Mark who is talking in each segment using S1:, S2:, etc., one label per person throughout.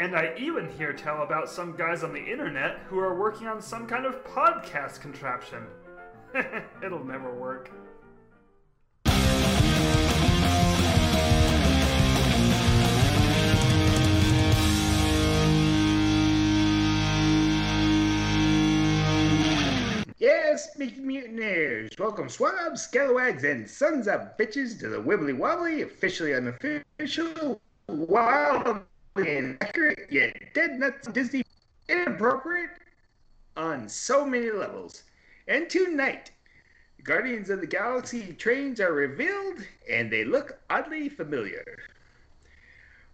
S1: And I even hear tell about some guys on the internet who are working on some kind of podcast contraption. It'll never work.
S2: Yes, Speaking Mutineers, welcome swabs, scalawags, and sons of bitches to the Wibbly Wobbly, officially unofficial, wildly inaccurate, yet dead nuts Disney, inappropriate on so many levels. And tonight, Guardians of the Galaxy trains are revealed, and they look oddly familiar.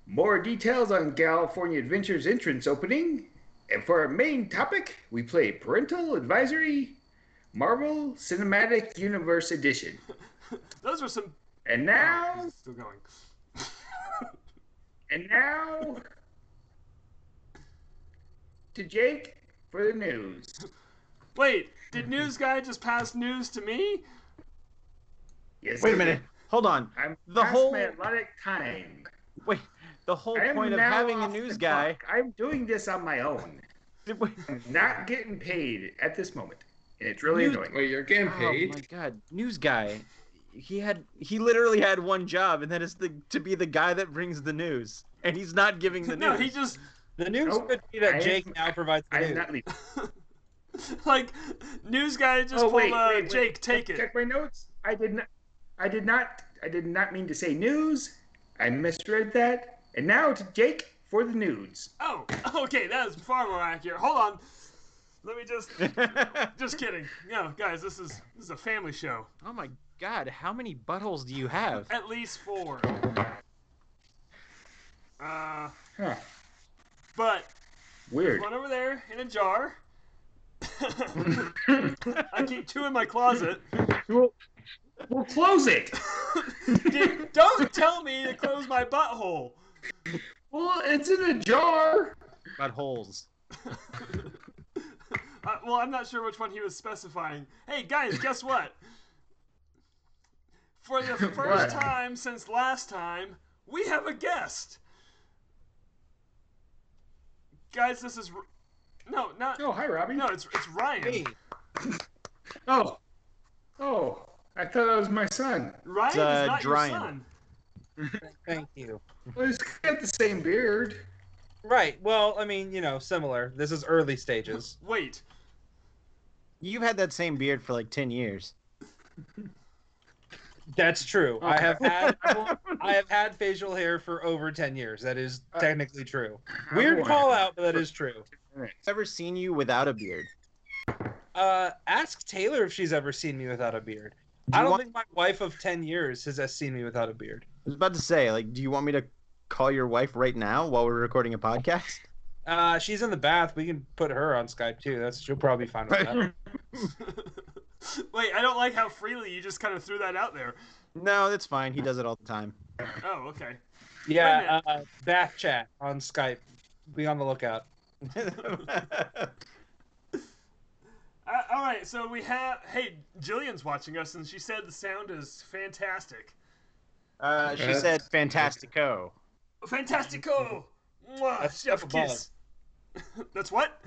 S2: More details on California Adventure's entrance opening, and for our main topic, we play Parental Advisory Marvel Cinematic Universe Edition.
S3: Those are some.
S2: And
S3: Oh.
S2: now,
S3: Still going.
S2: and now to Jake for the news.
S3: Wait, did news guy just pass news to me?
S2: Yes,
S4: Wait a minute. Hold on.
S2: I'm
S4: The
S2: the
S4: whole-
S2: whole my allotted time.
S4: Wait. The whole
S2: I am
S4: point of
S2: now
S4: having a
S2: off the
S4: news guy.
S2: clock. I'm doing this on my own.
S4: Did we-
S2: I'm not getting paid at this moment, and it's really
S4: You-
S2: annoying.
S5: Wait, you're getting
S4: Oh my
S5: paid?
S4: god, news guy. He had he literally had one job, and that is the, to be the guy that brings the news, and he's not giving the
S3: no,
S4: news.
S3: he just
S6: The news
S2: Nope.
S6: could be that
S2: I-
S6: Jake now provides the
S2: I'm
S6: news.
S2: not leaving.
S3: like news guy just
S2: Oh,
S3: pulled
S2: wait,
S3: uh,
S2: wait, wait.
S3: Jake. Take it.
S2: Check my notes. I did not. I did not. I did not mean to say news. I misread that. And now to Jake for the news.
S3: Oh, okay, that is far more accurate. Hold on. Let me just. Just kidding. No, guys, this is this is a family show.
S4: oh my god, how many buttholes do you have?
S3: At least four. Uh,
S2: Huh.
S3: but
S2: Weird.
S3: one over there in a jar. I keep two in my closet.
S2: We'll, we'll close it.
S3: Dude, don't tell me to close my butthole.
S2: Well, it's in a jar.
S4: Buttholes.
S3: Uh, well, I'm not sure which one he was specifying. Hey, guys, guess what? For the first
S2: What?
S3: time since last time, we have a guest. Guys, this is. R- No, not.
S2: Oh, hi, Robbie.
S3: No, it's, it's Ryan.
S6: Hey,
S2: Oh. Oh. I thought that was my son.
S3: Ryan
S4: uh,
S3: is not
S4: Dryan.
S3: your son.
S6: thank you.
S2: Well, he's got the same beard.
S6: Right. Well, I mean, you know, similar. This is early stages.
S3: Wait,
S4: You've had that same beard for like ten years.
S6: That's true. I have had I have had facial hair for over ten years. That is
S4: Uh,
S6: technically true. Weird
S2: Oh,
S6: call out, but that is true.
S4: Ever seen you without a beard?
S6: Uh, ask Taylor if she's ever seen me without a beard.
S4: Do
S6: I
S4: you
S6: don't
S4: want-
S6: think my wife of ten years has uh, seen me without a beard.
S4: I was about to say, like, do you want me to call your wife right now while we're recording a podcast?
S6: Uh, she's in the bath. We can put her on Skype too. That's she'll probably be fine with that.
S3: wait! I don't like how freely you just kind of threw that out there.
S4: No, that's fine. He does it all the time.
S3: Oh, okay.
S6: Yeah, uh, bath chat on Skype. Be on the lookout.
S3: Uh, all right, so we have. Hey, Jillian's watching us, and she said the sound is fantastic.
S4: Uh, she said, "Fantastico."
S3: Fantastico! Mwah,
S6: That's
S3: chef
S6: above.
S3: kiss. that's what?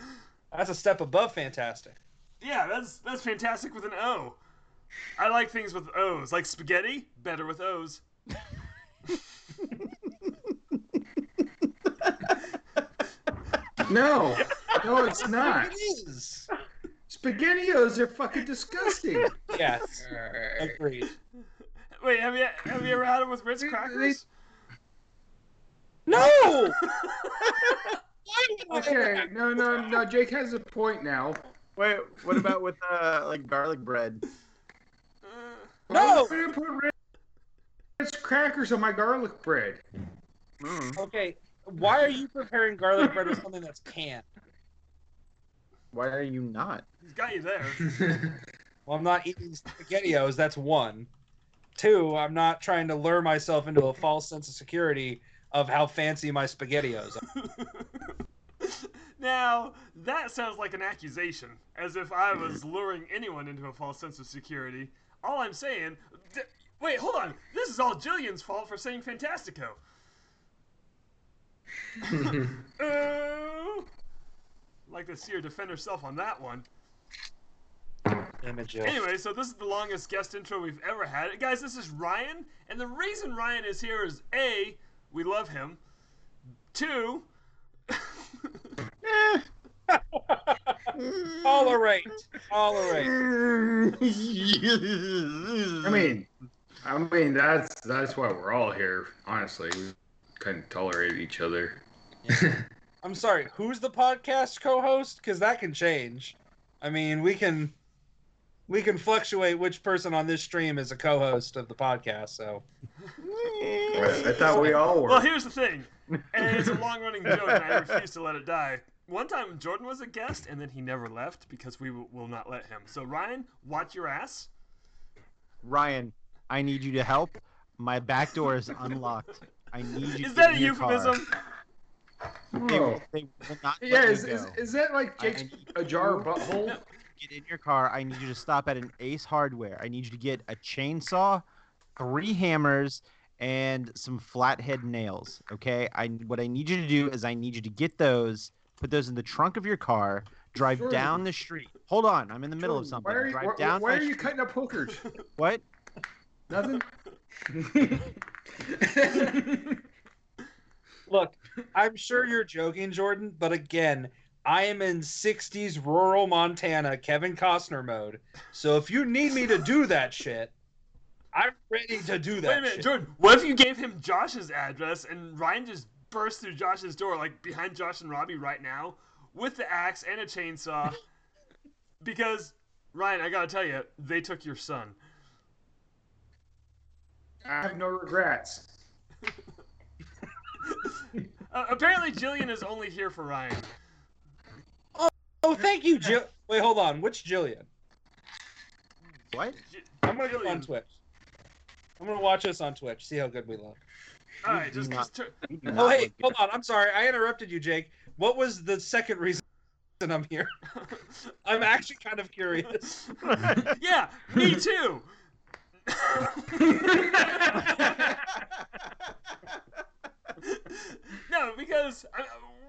S6: That's a step above fantastic.
S3: Yeah, that's that's fantastic with an O. I like things with O's, like spaghetti. Better with O's.
S2: No. No, it's not.
S6: It is.
S2: SpaghettiOs are fucking disgusting.
S6: Yes.
S5: Alright.
S6: Agreed.
S3: Wait, have you have you ever had it with Ritz
S2: They- they-
S3: crackers?
S6: No.
S2: Okay, no, no, no. Jake has a point now.
S4: Wait, what about with uh, like garlic bread?
S3: Uh,
S6: No!
S2: I'm gonna put Ritz crackers on my garlic bread.
S4: Mm.
S6: Okay. Why are you preparing garlic bread with something that's canned?
S4: Why are you not?
S3: he's got you there.
S6: Well, I'm not eating spaghettios. That's one. Two, I'm not trying to lure myself into a false sense of security of how fancy my spaghettios are.
S3: now, that sounds like an accusation, as if I was luring anyone into a false sense of security. All I'm saying. D- wait, hold on. This is all Jillian's fault for saying Fantastico. Ooh. Uh, Like to see her defend herself on that one.
S6: Damn it, Jill.
S3: Anyway, so this is the longest guest intro we've ever had. Guys, this is Ryan, and the reason Ryan is here is A, we love him. Two,
S4: Eh.
S6: Tolerate. Tolerate.
S7: I mean, I mean that's that's why we're all here. Honestly, we couldn't tolerate each other.
S6: I'm sorry. Who's the podcast co-host? Because that can change. I mean, we can we can fluctuate which person on this stream is a co-host of the podcast. So
S7: I thought we all were.
S3: Well, here's the thing, and it's a long-running joke, and I refuse to let it die. One time, Jordan was a guest, and then he never left because we w- will not let him. So Ryan, watch your ass.
S4: Ryan, I need you to help. My back door is unlocked. I need you.
S3: Is
S4: to
S3: that
S4: get
S3: a
S4: in your car.
S3: euphemism?
S4: They
S7: Whoa.
S4: will, they will not let
S7: Yeah,
S4: me
S7: is, is,
S4: go.
S7: is that like
S4: I- I
S7: Jake's
S4: need
S7: a jar
S4: you-
S7: butthole?
S4: Get in your car. I need you to stop at an Ace Hardware. I need you to get a chainsaw, three hammers, and some flathead nails. Okay. I what I need you to do is I need you to get those, put those in the trunk of your car, drive
S7: Jordan.
S4: down the street. Hold on, I'm in the middle of
S7: Jordan,
S4: something.
S7: Why are you,
S4: drive
S7: why-
S4: down
S7: why
S4: my
S7: are you
S4: street.
S7: cutting up hookers?
S4: What?
S7: Nothing.
S6: look, I'm sure you're joking, Jordan, but again, I am in 60s rural Montana Kevin Costner mode. So if you need me to do that shit, I'm ready to do that
S3: Wait a minute,
S6: shit.
S3: Jordan. What if you gave him Josh's address, and Ryan just burst through Josh's door, like behind Josh and Robbie right now, with the axe and a chainsaw? because Ryan, I gotta tell you, they took your son.
S7: I have no regrets.
S3: Uh, apparently, Jillian is only here for Ryan.
S6: Oh, thank you, Jill. Wait, hold on. Which Jillian?
S7: Oh,
S4: What?
S3: J-
S6: I'm gonna go on
S3: Jillian.
S6: Twitch. I'm gonna watch us on Twitch. See how good we look.
S3: All right, just,
S4: Not-
S3: just tur-
S4: You do
S6: oh,
S4: not
S6: hey,
S4: look
S6: hold
S4: good.
S6: on. I'm sorry. I interrupted you, Jake. What was the second reason I'm here? I'm actually kind of curious.
S3: yeah, me too. no, because I,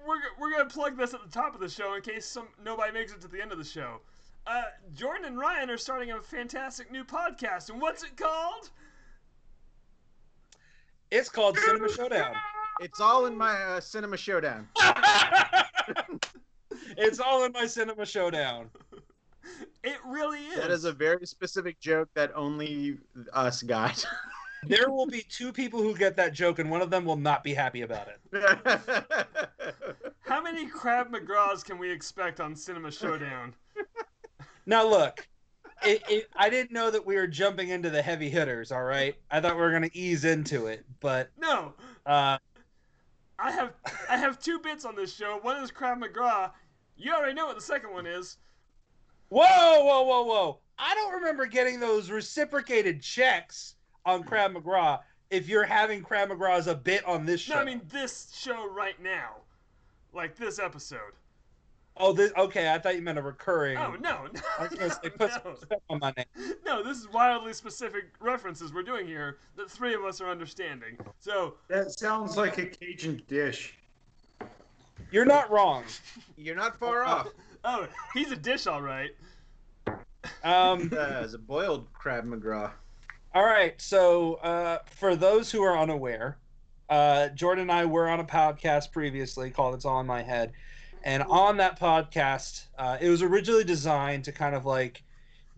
S3: we're we're gonna plug this at the top of the show in case some nobody makes it to the end of the show. Uh, Jordan and Ryan are starting a fantastic new podcast, and what's it called?
S6: It's called Cinema Showdown.
S4: It's all in my uh, Cinema Showdown.
S6: It's all in my Cinema Showdown.
S3: It really is.
S4: That is a very specific joke that only us got.
S6: There will be two people who get that joke, and one of them will not be happy about it.
S3: How many Crab McGraws can we expect on Cinema Showdown?
S6: Now, look, it, it, I didn't know that we were jumping into the heavy hitters. All right, I thought we were gonna ease into it, but
S3: No,
S6: uh,
S3: I have I have two bits on this show. One is Crab McGraw. You already know what the second one is.
S6: Whoa, whoa, whoa, whoa. I don't remember getting those reciprocated checks on Crab McGraw if you're having Crab McGraw as a bit on this show.
S3: No, I mean this show right now, like this episode.
S6: oh, this, okay, I thought you meant a recurring.
S3: Oh no,
S6: I was
S3: no,
S6: gonna say, put some
S3: no.
S6: stuff on my name.
S3: No, this is wildly specific references we're doing here that three of us are understanding. So
S7: That sounds like a Cajun dish.
S6: You're not wrong.
S4: You're not far off.
S3: oh, he's a dish, all right.
S6: Um,
S4: Uh, it's a boiled crab McGraw.
S6: all right, so uh, for those who are unaware, uh, Jordan and I were on a podcast previously called It's All in My Head. And on that podcast, uh, it was originally designed to kind of like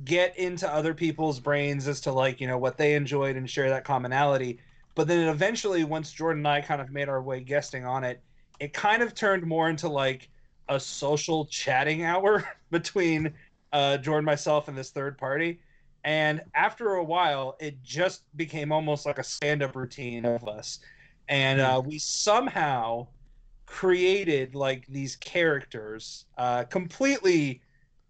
S6: get into other people's brains as to like, you know, what they enjoyed and share that commonality. But then eventually, once Jordan and I kind of made our way guesting on it, it kind of turned more into like a social chatting hour between uh, Jordan, myself, and this third party. And after a while, it just became almost like a stand up routine of us. And uh, we somehow created like these characters uh, completely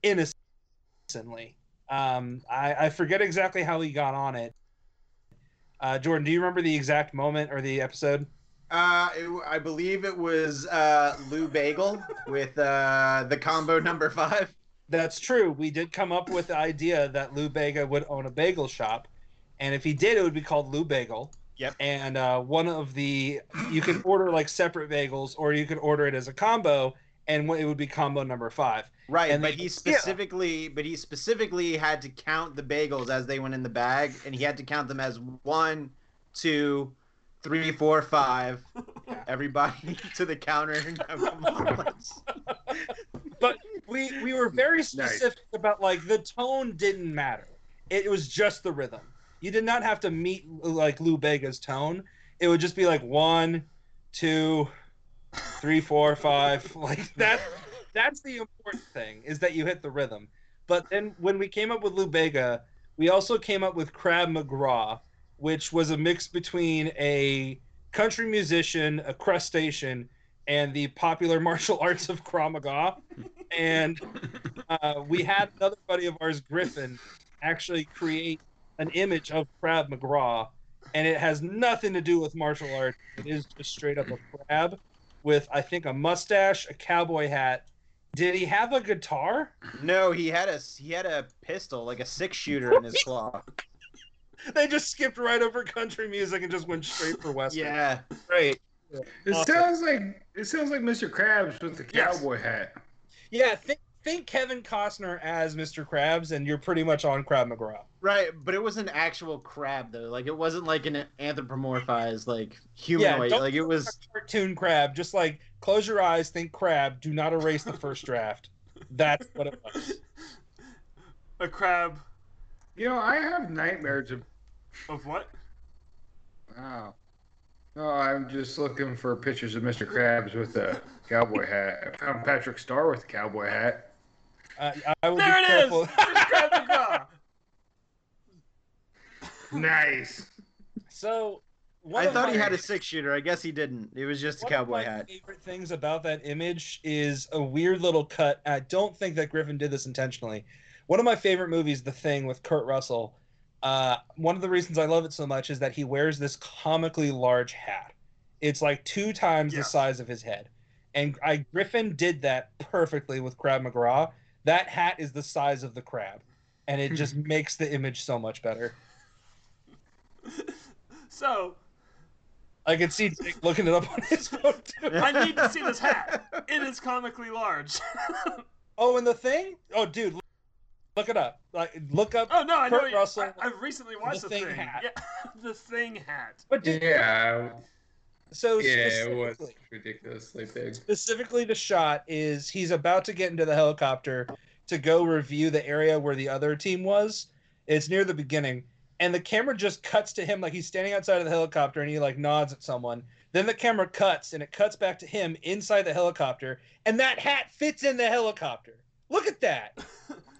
S6: innocently. Um, I, I forget exactly how we got on it. Uh, Jordan, do you remember the exact moment or the episode?
S4: Uh, it- I believe it was uh, Lou Bagel with uh, the combo number five.
S6: That's true. We did come up with the idea that Lou Bega would own a bagel shop, and if he did, it would be called Lou Bagel.
S4: Yep.
S6: And uh, one of the you can order like separate bagels, or you could order it as a combo, and what- it would be combo number five.
S4: Right,
S6: And
S4: but
S6: they-
S4: he specifically, but he specifically had to count the bagels as they went in the bag, and he had to count them as one, two, three, four, five.
S6: Yeah.
S4: Everybody to the counter. Now, come on, let's-
S6: We we were very specific about like the tone didn't matter. It was just the rhythm. You did not have to meet like Lou Bega's tone. It would just be like one, two, three, four, five. Like that. That's the important thing is that you hit the rhythm. But then when we came up with Lou Bega, we also came up with Crab McGraw, which was a mix between a country musician, a crustacean, and the popular martial arts of Krav Maga. And uh, we had another buddy of ours, Griffin, actually create an image of Crab McGraw, and it has nothing to do with martial art. It is just straight up a crab with, I think, a mustache, a cowboy hat. Did he have a guitar?
S4: no, he had a he had a pistol, like a six shooter in his claw.
S6: They just skipped right over country music and just went straight for Western.
S4: Yeah,
S6: Great.
S7: It
S6: Awesome.
S7: sounds like it sounds like Mr. Krabs with the
S6: Yes.
S7: cowboy hat.
S6: Yeah, think, think Kevin Costner as Mr. Krabs, and you're pretty much on Crab McGraw.
S4: right. But it was an actual crab though. Like it wasn't like an anthropomorphized like humanoid.
S6: don't-
S4: like it was.
S6: cartoon crab. Just like close your eyes, think crab. Do not erase the first draft. That's what it was.
S3: A crab
S7: You know, I have nightmares of
S3: of what?
S7: wow. No, I'm just looking for pictures of Mr. Krabs with a cowboy hat. I found Patrick Star with a cowboy hat.
S6: Uh, I would
S3: There
S6: be
S3: it is.
S6: careful.
S3: It's Crab McGraw.
S7: Nice.
S6: So one
S4: I
S6: of
S4: thought he
S6: my-
S4: had a six shooter. I guess he didn't. It was just a
S6: one of
S4: cowboy
S6: my
S4: hat.
S6: Favorite things about that image is a weird little cut. I don't think that Griffin did this intentionally. One of my favorite movies, The Thing, with Kurt Russell. Uh, one of the reasons I love it so much is that he wears this comically large hat. It's like two times
S3: Yeah.
S6: the size of his head, and I Griffin did that perfectly with Crab McGraw. That hat is the size of the crab, and it just makes the image so much better.
S3: So
S6: I could see Dick looking it up on his phone too.
S3: I need to see this hat. It is comically large.
S6: Oh, and the thing? Oh, dude, look- look it up. Like, look up.
S3: Oh no, I know.
S6: Kurt
S3: you-
S6: Russell,
S3: I, have recently watched the,
S6: the Thing
S3: thing.
S6: hat.
S3: Yeah, the thing hat.
S6: But dude,
S7: Yeah.
S6: so
S2: Yeah, it
S6: specifically,
S2: was ridiculously big.
S6: specifically, the shot is he's about to get into the helicopter to go review the area where the other team was. It's near the beginning, and the camera just cuts to him like he's standing outside of the helicopter, and he like nods at someone. Then the camera cuts, and it cuts back to him inside the helicopter, and that hat fits in the helicopter. Look at that.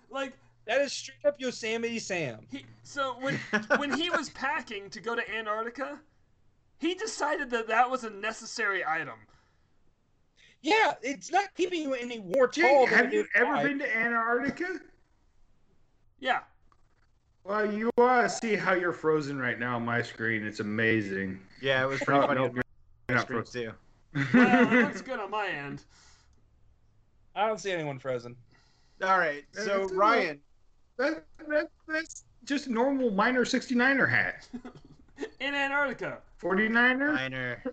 S3: Like
S6: That is straight up Yosemite Sam.
S3: he. So when when he was packing to go to Antarctica, he decided that that was a necessary item.
S6: Yeah, it's not keeping you any more
S7: Gee,
S6: tall. than
S7: have
S6: it
S7: you
S6: is
S7: ever
S6: wide.
S7: been to Antarctica?
S3: Yeah.
S7: Well, you want to see how you're frozen right now on my screen. It's amazing.
S4: Yeah, it was pretty
S7: Oh,
S4: funny.
S7: no, you're not
S4: screen
S7: frozen.
S4: too.
S3: Well, it looks good on my end.
S6: I don't see anyone frozen.
S4: All right,
S7: Yeah,
S4: so
S7: that's a
S4: Ryan,
S7: that, that, that's just a normal minor 69er hat.
S3: In Antarctica.
S7: 49er?
S4: Minor.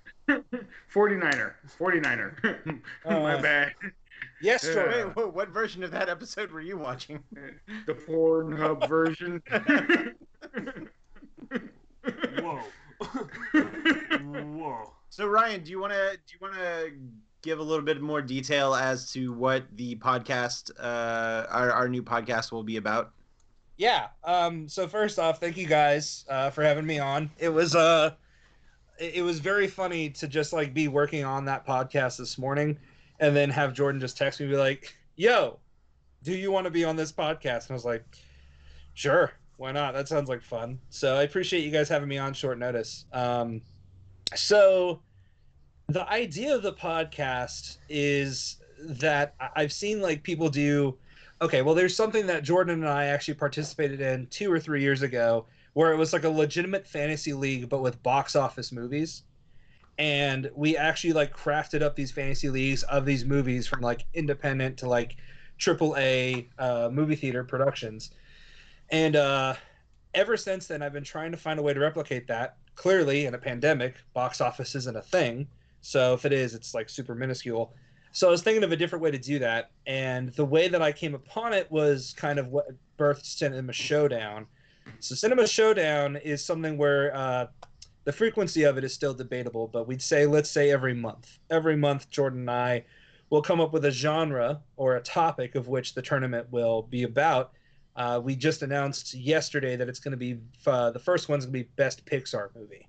S7: 49er. 49er. My
S6: Uh,
S7: bad.
S6: Yes,
S7: Yeah.
S6: Jordan.
S4: Wait, whoa, what version of that episode were you watching?
S7: The Pornhub version.
S3: Whoa. Whoa.
S4: So Ryan, do you want to do you want to give a little bit more detail as to what the podcast, uh, our our new podcast will be about?
S6: Yeah. Um, so first off, thank you guys uh, for having me on. It was uh, it, it was very funny to just like be working on that podcast this morning, and then have Jordan just text me and be like, "Yo, do you want to be on this podcast?" And I was like, "Sure, why not? That sounds like fun." So I appreciate you guys having me on short notice. Um, so the idea of the podcast is that I- I've seen like people do okay well there's something that jordan and i actually participated in two or three years ago where it was like a legitimate fantasy league but with box office movies and we actually like crafted up these fantasy leagues of these movies from like independent to like triple a uh, movie theater productions and uh ever since then i've been trying to find a way to replicate that clearly in a pandemic box office isn't a thing so if it is it's like super minuscule so i was thinking of a different way to do that and the way that i came upon it was kind of what birthed cinema showdown so cinema showdown is something where uh, the frequency of it is still debatable but we'd say let's say every month every month jordan and i will come up with a genre or a topic of which the tournament will be about uh, we just announced yesterday that it's going to be uh, the first one's going to be best Pixar movie,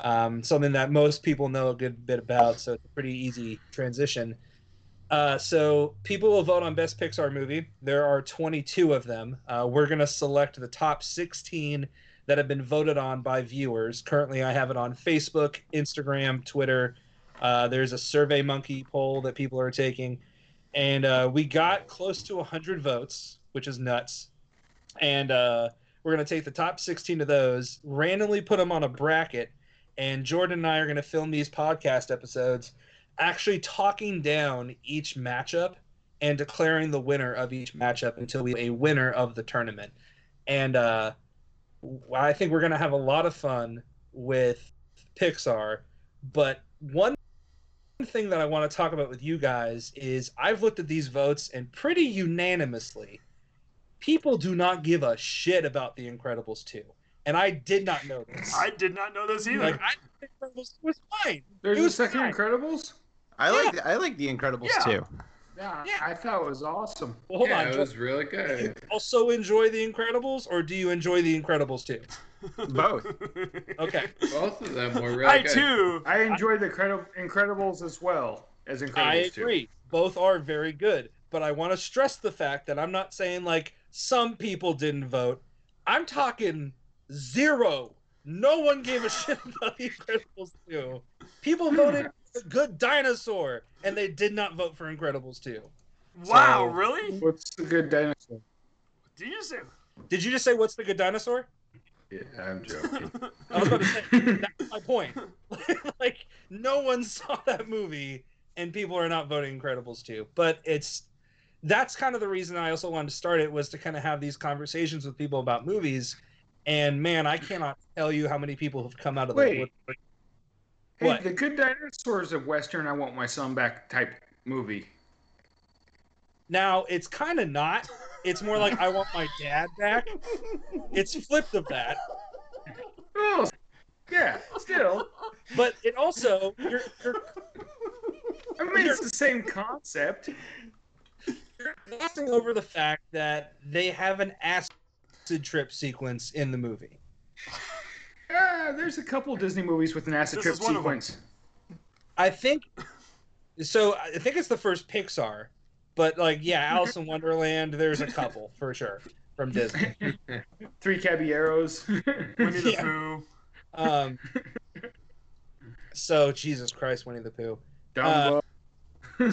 S6: um, something that most people know a good bit about. So it's a pretty easy transition. Uh, so people will vote on best Pixar movie. There are 22 of them. Uh, we're going to select the top 16 that have been voted on by viewers. Currently, I have it on Facebook, Instagram, Twitter. Uh, there's a Survey Monkey poll that people are taking, and uh, we got close to 100 votes, which is nuts. And uh, we're going to take the top 16 of those, randomly put them on a bracket, and Jordan and I are going to film these podcast episodes actually talking down each matchup and declaring the winner of each matchup until we a winner of the tournament. And uh, w- I think we're going to have a lot of fun with Pixar. But one thing that I want to talk about with you guys is I've looked at these votes and pretty unanimously, people do not give a shit about The Incredibles 2. And I did not know this.
S3: I did not know this either.
S6: like, I think Incredibles 2 was fine.
S2: There's
S6: It
S2: a
S6: was
S2: second
S6: fine.
S2: Incredibles?
S4: I like I like The Incredibles
S3: Yeah.
S4: too.
S2: Yeah,
S6: Yeah.
S2: I thought it was awesome.
S6: Well, hold
S2: yeah,
S6: on.
S2: it
S6: Jordan.
S2: was really
S6: Do you
S2: good.
S6: also enjoy The Incredibles, or do you enjoy The Incredibles too?
S4: Both.
S6: Okay.
S2: Both of them were really
S3: I
S2: good.
S3: too.
S7: I enjoyed the Credi- Incredibles as well as Incredibles
S6: I
S7: 2.
S6: agree. Both are very good, but I want to stress the fact that I'm not saying like some people didn't vote. I'm talking zero. No one gave a shit about The Incredibles 2. People voted for The Good Dinosaur, and they did not vote for Incredibles 2.
S3: Wow,
S6: So-
S3: really?
S7: What's the good dinosaur?
S3: Did you say?
S6: Did you just say, What's the Good Dinosaur?
S2: Yeah, I'm joking.
S6: I was about to say, that's my point. like, no one saw that movie, and people are not voting Incredibles 2. But it's that's kind of the reason I also wanted to start it was to kind of have these conversations with people about movies. And man, I cannot tell you how many people have come out of
S7: Wait.
S6: the wood-
S7: Hey,
S6: What?
S7: the good dinosaur is a Western I Want My Son Back type movie.
S6: Now it's kind of not. It's more like I want my dad back. It's flipped of that.
S7: Oh, yeah, still.
S6: But it also you're, you're
S7: I mean, it's the same concept.
S6: you're glossing over the fact that they have an acid trip sequence in the movie.
S7: Ah, there's a couple Disney movies with an acid
S3: This
S7: trip
S3: is one of them.
S7: sequence.
S6: I think so. I think it's the first Pixar, but like, yeah, Alice in Wonderland. There's a couple for sure from Disney.
S7: Three Caballeros.
S6: Uh,
S3: Winnie the
S6: Yeah.
S3: Pooh.
S6: Um, so Jesus Christ, Winnie the Pooh.
S7: Dumbo.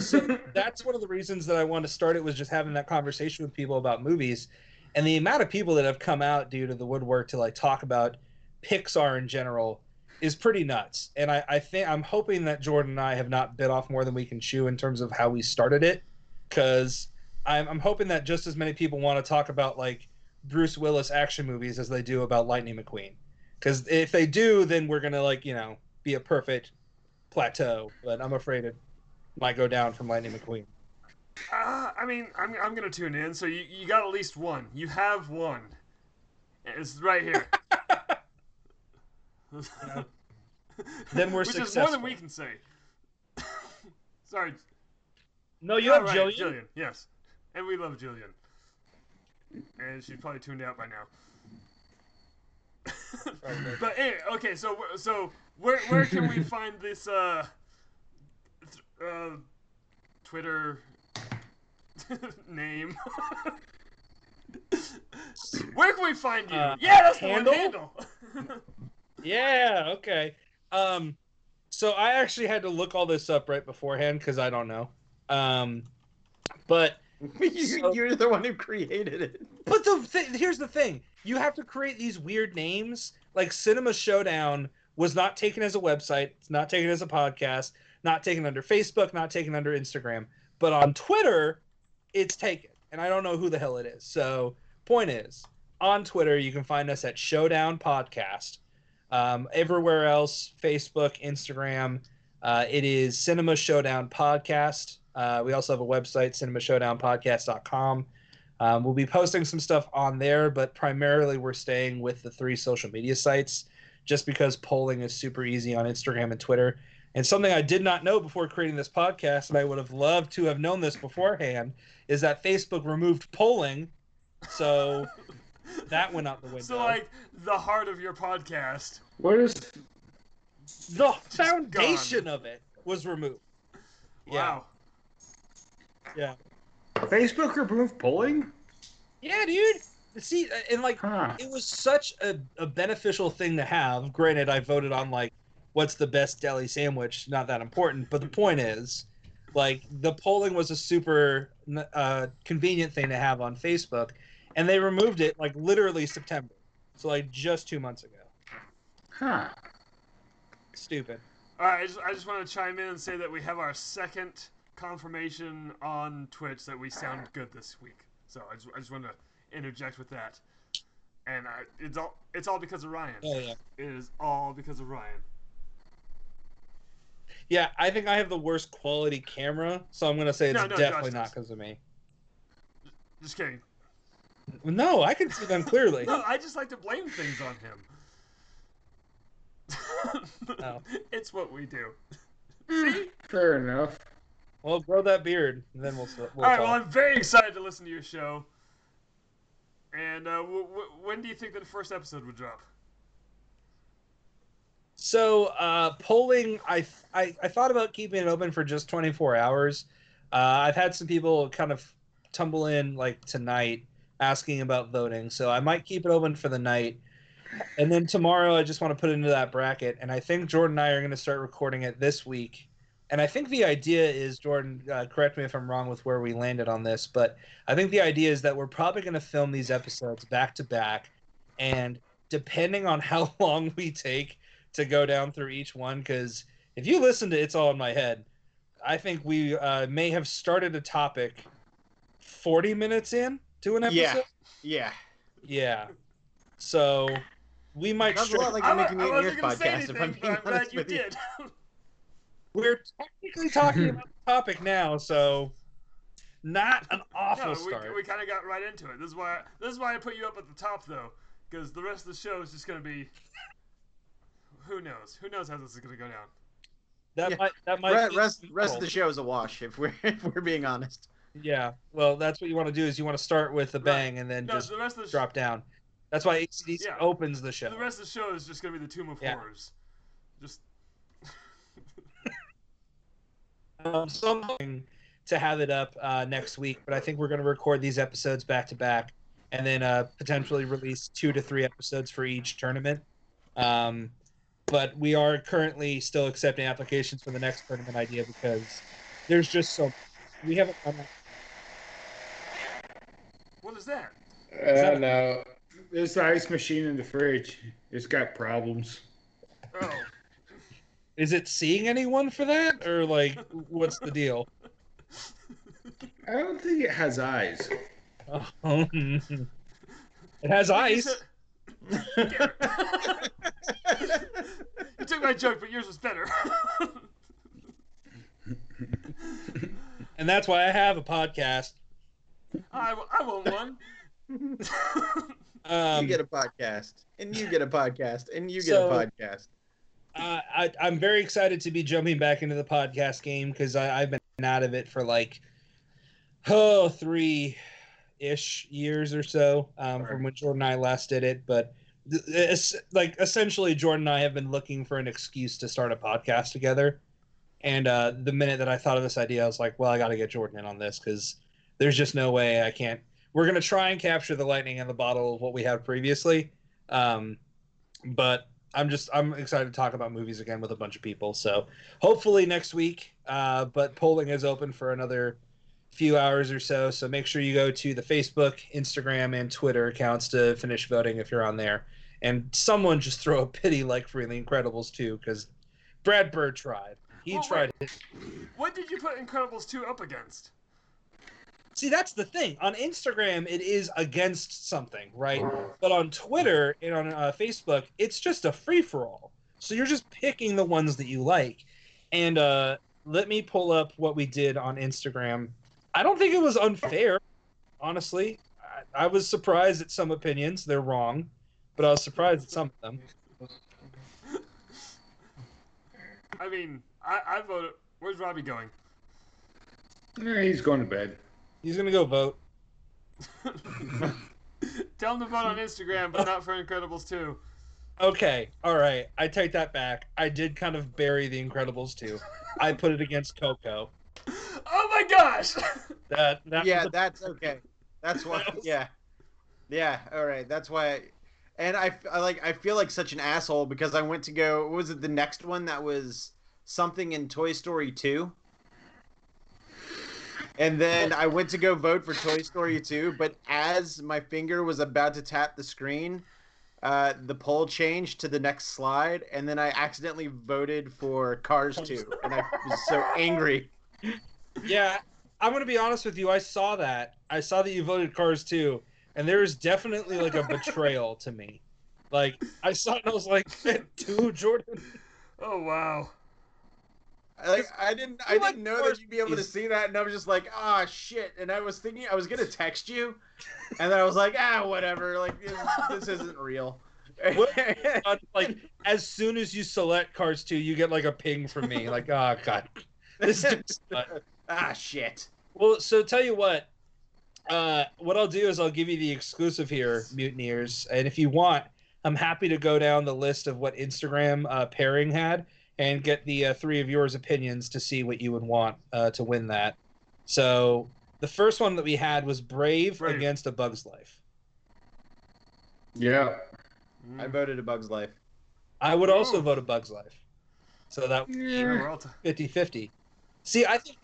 S6: so that's one of the reasons that I wanted to start it was just having that conversation with people about movies and the amount of people that have come out due to the woodwork to like talk about Pixar in general is pretty nuts. And I, I think I'm hoping that Jordan and I have not bit off more than we can chew in terms of how we started it. Cause I'm, I'm hoping that just as many people want to talk about like Bruce Willis action movies as they do about Lightning McQueen. Cause if they do, then we're going to like, you know, be a perfect plateau, but I'm afraid it might go down from Lightning McQueen.
S3: Uh, I mean, I'm, I'm gonna tune in. So you, you got at least one. You have one. It's right here.
S6: Then we're
S3: Which is more than
S6: successful.
S3: we can say. Sorry.
S6: No, you
S3: All
S6: have
S3: right,
S6: Jillian.
S3: Jillian, yes, and we love Jillian, and she's probably tuned out by now.
S6: Probably.
S3: but anyway, okay, so wh- so where where can we find this uh, th- uh Twitter name? where can we find you?
S6: Uh,
S3: yeah, that's the
S6: handle?
S3: one handle.
S6: Yeah, okay. Um, so I actually had to look all this up right beforehand because I don't know. Um, but
S4: you, you're the one who created it.
S6: but the th- here's the thing: you have to create these weird names. Like Cinema Showdown was not taken as a website. It's not taken as a podcast. Not taken under Facebook. Not taken under Instagram. But on Twitter, it's taken, and I don't know who the hell it is. So point is, on Twitter you can find us at Showdown Podcast. Um, everywhere else, Facebook, Instagram, uh, it is Cinema Showdown Podcast. Uh, we also have a website, cinemashowdownpodcast.com. Um, we'll be posting some stuff on there, but primarily we're staying with the three social media sites just because polling is super easy on Instagram and Twitter. And something I did not know before creating this podcast, and I would have loved to have known this beforehand, is that Facebook removed polling. So that went out the window.
S3: So like the heart of your podcast.
S2: Where is
S6: the foundation of it was removed. Yeah.
S3: Wow.
S2: Facebook approved polling?
S6: Yeah, dude. See, and like
S2: Huh.
S6: it was such a, a beneficial thing to have. Granted, I voted on like what's the best deli sandwich, not that important, but the point is like the polling was a super uh, convenient thing to have on Facebook, and they removed it like literally September, so like just two months ago.
S2: Huh.
S6: Stupid.
S3: All right, I just, I just want to chime in and say that we have our second confirmation on Twitch that we sound good this week. So I just, I just want to interject with that. And I, it's all it's all because of Ryan.
S6: Oh yeah.
S3: It is all because of Ryan.
S6: Yeah, I think I have the worst quality camera, so I'm gonna say it's
S3: No, no,
S6: definitely
S3: Josh
S6: not
S3: does.
S6: because of me.
S3: Just kidding.
S6: No, I can see them clearly.
S3: No, I just like to blame things on him.
S6: Oh.
S3: It's what we do.
S2: Fair enough.
S6: Well, grow that beard, and then we'll. we'll
S3: All right.
S6: talk.
S3: Well, I'm very excited to listen to your show. And uh, w- w- when do you think that the first episode would drop?
S6: So uh, polling, I, I I thought about keeping it open for just 24 hours. Uh, I've had some people kind of tumble in like tonight asking about voting, so I might keep it open for the night. And then tomorrow, I just want to put it into that bracket. And I think Jordan and I are going to start recording it this week. And I think the idea is, Jordan, uh, correct me if I'm wrong with where we landed on this, but I think the idea is that we're probably going to film these episodes back to back. And depending on how long we take to go down through each one because if you listen to it's all in my head i think we uh, may have started a topic 40 minutes in to an episode
S4: Yeah. Yeah.
S6: Yeah. so we might
S4: Sounds a lot
S6: stretch-
S4: like
S3: I
S4: the
S3: wa-
S4: Making
S3: I
S4: Mutineers
S3: wasn't gonna say
S4: podcast, if
S3: anything,
S4: I'm
S3: but
S4: being
S3: I'm glad
S4: honest
S3: you
S4: with you.
S3: did.
S6: we're technically
S4: Mm-hmm.
S6: talking about the topic now so not an awful
S3: no,
S6: start
S3: we, we kind of got right into it. This is why this is why I put you up at the top though, because the rest of the show is just gonna be. Who knows? Who knows how this is gonna go down?
S6: that
S4: Yeah.
S6: might that might
S4: Re-
S6: be
S4: Rest, rest of the
S6: neutral.
S4: show is a wash if we're if we're being honest.
S6: yeah well that's what you want to do is you want to start with the
S3: Right.
S6: bang and then
S3: No,
S6: just
S3: the rest of the sh-
S6: drop down that's why acdc
S3: Yeah.
S6: opens the show
S3: the rest of the show is just gonna be the Tomb of
S6: Yeah.
S3: Horrors. Just
S6: um, something to have it up uh, next week, but I think we're going to record these episodes back to back and then uh, potentially release two to three episodes for each tournament. Um, but we are currently still accepting applications for the next tournament idea because there's just so we haven't. done that.
S3: what is that?
S2: Uh, no. This ice machine in the fridge, it's got problems.
S3: Oh,
S6: Is it seeing anyone for that or like what's the deal?
S2: I don't think it has eyes.
S6: Um, it has
S3: Wait, you
S6: ice.
S3: said- Damn it. you took my joke, but yours was better.
S6: And that's why I have a podcast.
S3: I, w- I want one.
S6: Um,
S4: you get a podcast, and you get a podcast, and you get
S6: so-
S4: a podcast.
S6: Uh, I, I'm very excited to be jumping back into the podcast game because I've been out of it for like oh three ish years or so um, from when Jordan and I last did it. But th- es- like essentially, Jordan and I have been looking for an excuse to start a podcast together. And uh, the minute that I thought of this idea, I was like, well, I got to get Jordan in on this because there's just no way I can't. We're gonna try and capture the lightning in the bottle of what we had previously. Um, but I'm just I'm excited to talk about movies again with a bunch of people. So hopefully next week. Uh, but polling is open for another few hours or so. So make sure you go to the Facebook, Instagram, and Twitter accounts to finish voting if you're on there. And someone just throw a pity like for the Incredibles too, because Brad Bird tried. He
S3: Well,
S6: tried.
S3: What did you put Incredibles 2 up against?
S6: See, that's the thing. On Instagram, it is against something, right? But on Twitter and on uh, Facebook, it's just a free for all. So you're just picking the ones that you like. And uh, let me pull up what we did on Instagram. I don't think it was unfair, honestly. I, I was surprised at some opinions. They're wrong, but I was surprised at some of them.
S3: I mean, I, I voted. Where's Robbie going?
S2: Yeah, he's going to bed.
S6: He's going to go vote.
S3: Tell him to vote on Instagram, but not for Incredibles 2.
S6: Okay, all right. I take that back. I did kind of bury The Incredibles too. I put it against Coco.
S3: Oh my gosh!
S6: That, that
S4: yeah,
S6: was a-
S4: that's okay. That's why.
S6: That was-
S4: Yeah, yeah. All right, that's why. I, and I, f- I like I feel like such an asshole because I went to go. what Was it the next one that was something in Toy Story two? And then I went to go vote for Toy Story two, but as my finger was about to tap the screen. Uh, the poll changed to the next slide, and then I accidentally voted for Cars 2, and I was so angry.
S6: yeah, I'm gonna be honest with you. I saw that. I saw that you voted Cars too, and there is definitely like a betrayal to me. Like I saw it and I was like, dude, Jordan.
S3: Oh wow.
S4: Like I didn't, I
S6: you like
S4: didn't know
S6: horse
S4: that you'd be able to
S6: movies.
S4: see that, and I was just like, ah, shit. And I was thinking, I was gonna text you, and then I was like, ah, whatever. Like this, this isn't real.
S6: What- uh, Like as soon as you select Cars two, you get like a ping from me. Like, oh god, this dude's nuts.
S4: ah, shit.
S6: Well, so tell you what. Uh, what I'll do is I'll give you the exclusive here, Mutineers, and if you want, I'm happy to go down the list of what Instagram uh, pairing had and get the uh, three of yours opinions to see what you would want uh, to win that. So the first one that we had was Brave,
S3: Brave.
S6: against A Bug's Life.
S2: Yeah.
S4: I
S3: Mm.
S4: voted a Bug's Life.
S6: I would also
S3: Ooh.
S6: vote A Bug's Life. So that
S3: Oh. Yeah, we're all t-
S6: 50-50. See, I think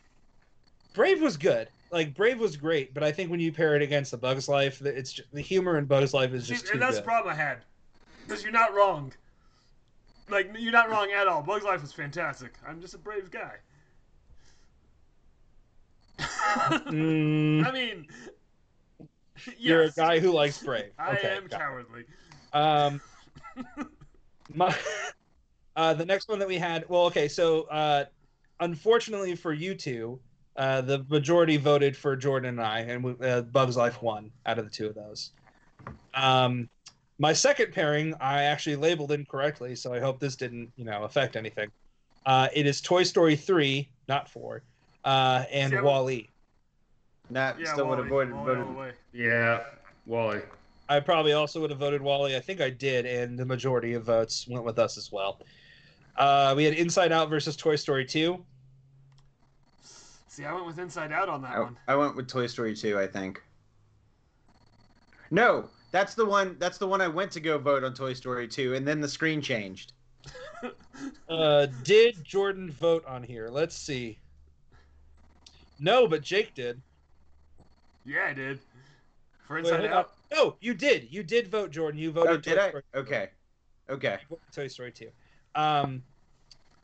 S6: Brave was good. Like Brave was great, but I think when you pair it against the Bugs Life, th- it's ju- the humor in Bugs Life is
S3: See,
S6: just too
S3: and that's
S6: good.
S3: the problem I had. Because you're not wrong. Like you're not wrong at all. Bugs Life is fantastic. I'm just a brave guy. I
S6: Mm,
S3: mean, yes,
S6: You're a guy who likes Brave.
S3: I
S6: Okay,
S3: am
S6: got it.
S3: cowardly.
S6: Um, my, uh, the next one that we had. Well, okay, so uh, unfortunately for you two, uh, the majority voted for Jordan and I, and we, uh, Bugs Life won out of the two of those. Um, my second pairing, I actually labeled incorrectly, so I hope this didn't, you know, affect anything. Uh, it is Toy Story three, not four, uh, and
S3: See, I would-
S6: Wall-E.
S4: Nah,
S3: Yeah,
S4: still would have
S3: Wally,
S4: voted.
S3: Wally all
S4: voted.
S3: the way.
S2: Yeah. Wally.
S6: I probably also would have voted Wally. I think I did, and the majority of votes went with us as well. Uh, we had Inside Out versus Toy Story 2.
S3: See, I went with Inside Out on that
S6: Oh.
S4: I,
S3: one.
S4: I went with Toy Story 2, I think. No, that's the one. That's the one I went to go vote on Toy Story 2, and then the screen changed.
S6: Uh, did Jordan vote on here? Let's see. No, but Jake did.
S3: Yeah, I did. For
S6: Wait,
S3: Inside
S6: hold on.
S3: Out.
S6: No, you did. You did vote, Jordan. You voted
S4: Oh, did
S6: Toy
S4: I?
S6: Story.
S4: Okay, okay.
S6: you voted Toy Story 2. Um,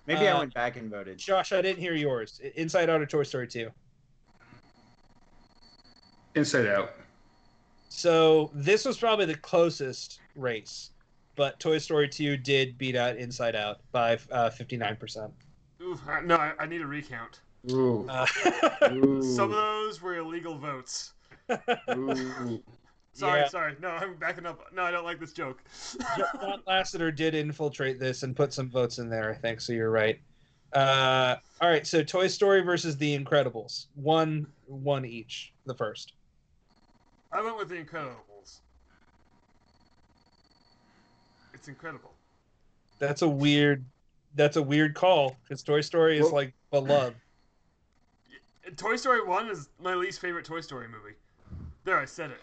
S4: Maybe
S6: Uh,
S4: I went back and voted.
S6: Josh, I didn't hear yours. I- Inside Out or Toy Story 2?
S2: Inside Out.
S6: So this was probably the closest race, but Toy Story 2 did beat out Inside Out by uh, 59%.
S3: Oof, I- no, I, I need a recount.
S2: Ooh.
S6: Uh,
S2: Ooh.
S3: Some of those were illegal votes.
S2: Ooh.
S3: Sorry,
S6: Yeah.
S3: sorry. No, I'm backing up. No, I don't like this joke.
S6: John Lasseter did infiltrate this and put some votes in there, I think. So you're right. Uh, all right, so Toy Story versus The Incredibles, one one each. The first.
S3: I went with the Incredibles. It's incredible.
S6: That's a weird. That's a weird call because Toy Story is
S4: Well-
S6: like beloved.
S3: And Toy Story One is my least favorite Toy Story movie. There, I said it.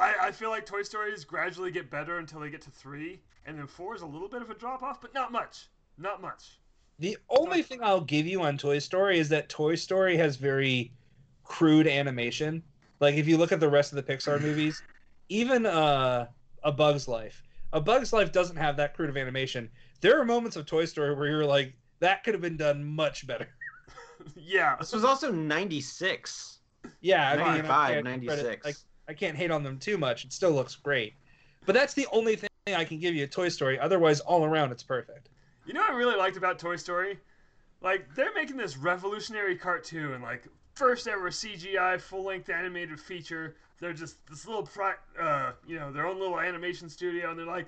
S3: I, I feel like Toy Stories gradually get better until they get to three, and then four is a little bit of a drop off, but not much. Not much.
S6: The only thing I'll give you on Toy Story is that Toy Story has very crude animation. Like if you look at the rest of the Pixar movies, even uh, A Bug's Life, A Bug's Life doesn't have that crude of animation. There are moments of Toy Story where you're like, that could have been done much better.
S3: yeah.
S4: This was also '96.
S6: Yeah, I mean, I
S4: 95,
S6: can't credit-
S4: 96.
S6: Like, I can't hate on them too much. It still looks great. But that's the only thing I can give you a Toy Story. Otherwise, all around, it's perfect.
S3: You know what I really liked about Toy Story? Like, they're making this revolutionary cartoon, like, first ever CGI full length animated feature. They're just this little, pri- uh, you know, their own little animation studio, and they're like,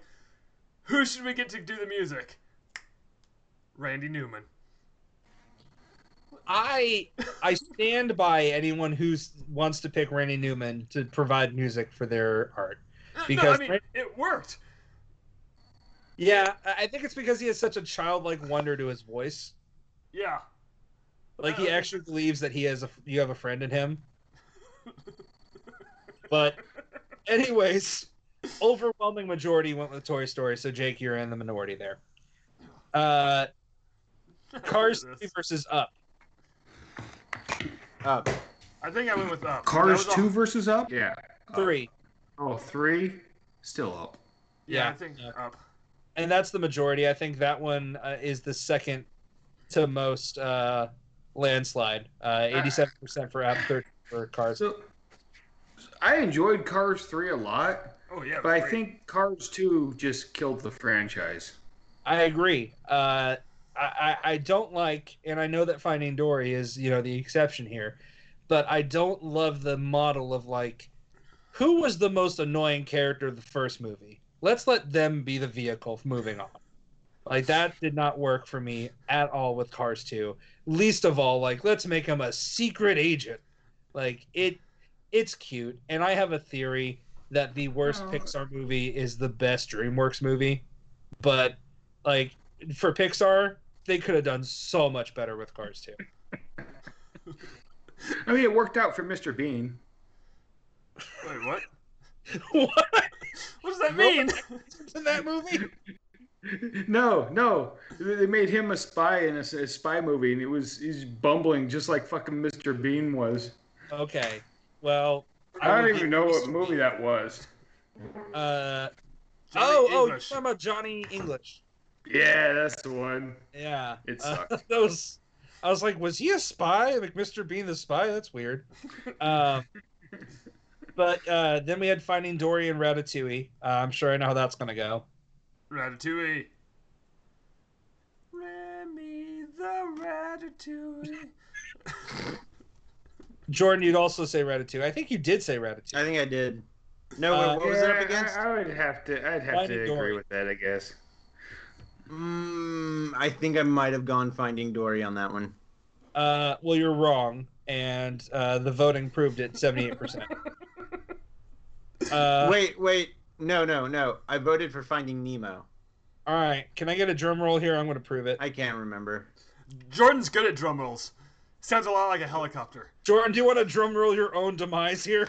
S3: who should we get to do the music? Randy Newman.
S6: I I stand by anyone who wants to pick Randy Newman to provide music for their art.
S3: Uh, no, I
S6: Because-
S3: mean, it worked.
S6: Yeah, I I think it's because he has such a childlike wonder to his voice.
S3: Yeah.
S6: Like he
S3: Uh-oh.
S6: actually believes that he has a you have a friend in him. but anyways, overwhelming majority went with Toy Story, so Jake, you're in the minority there. Uh Cars
S3: Look at
S6: 2
S3: this.
S6: versus Up.
S4: Up.
S3: I think I went with Up.
S2: Cars
S3: That was a-
S2: two versus up.
S7: Yeah.
S6: Three.
S2: Oh, three. Still up.
S3: Yeah,
S6: Yeah.
S3: I think
S6: Yeah.
S3: Up.
S6: And that's the majority. I think that one uh, is the second to most uh landslide. Uh 87% for Up, 30 for Cars.
S2: So I enjoyed Cars three a lot,
S3: Oh, yeah. it was
S2: but I
S3: great.
S2: think Cars two just killed the franchise.
S6: I agree. Uh, I, I I don't like, and I know that Finding Dory is you know the exception here, but I don't love the model of like, who was the most annoying character of the first movie? Let's let them be the vehicle. f- Moving on, like that did not work for me at all with Cars Two. Least of all, like let's make him a secret agent. Like it, it's cute, and I have a theory that the worst
S2: Oh.
S6: Pixar movie is the best DreamWorks movie, but like for Pixar, they could have done so much better with Cars 2.
S2: I mean, it worked out for Mr. Bean.
S3: Wait, what?
S6: what
S3: What does that
S6: No,
S3: mean?
S6: in that movie?
S2: No, no, they made him a spy in a, s- a spy movie, and it was he's bumbling just like fucking Mr. Bean was.
S6: Okay. Well,
S2: I
S6: will
S2: don't
S6: give
S2: even know what
S6: Mr.
S2: movie that was.
S6: Uh,
S3: Johnny
S6: oh, oh, you're
S3: English.
S6: talking about Johnny English?
S2: Yeah, that's the one.
S6: Yeah.
S2: It
S6: Uh,
S2: sucked.
S6: that was. I was like, was he a spy? Like Mr. Bean the spy? That's weird. Um, but uh, then we had Finding Dory and Ratatouille. Uh, I'm sure I know how that's gonna go.
S3: Ratatouille. Remy the Ratatouille.
S6: Jordan, you'd also say Ratatouille. I think you did say Ratatouille.
S4: I think I did. No,
S6: Uh,
S4: what, what was it up
S2: Yeah,
S4: against?
S2: I, I would have to. I'd have
S6: Why
S2: to
S6: did
S2: agree
S6: Dory?
S2: with that, I guess.
S4: Mm, I think I might have gone Finding Dory on that one.
S6: Uh, well, you're wrong, and uh, the voting proved it, seventy-eight percent. Uh,
S4: wait, wait. No, no, no. I voted for Finding Nemo.
S6: all right. Can I get a drum roll here? I'm going to prove it.
S4: I can't remember.
S3: Jordan's good at drum rolls. Sounds a lot like a helicopter.
S6: Jordan, do you want to drum roll your own demise here?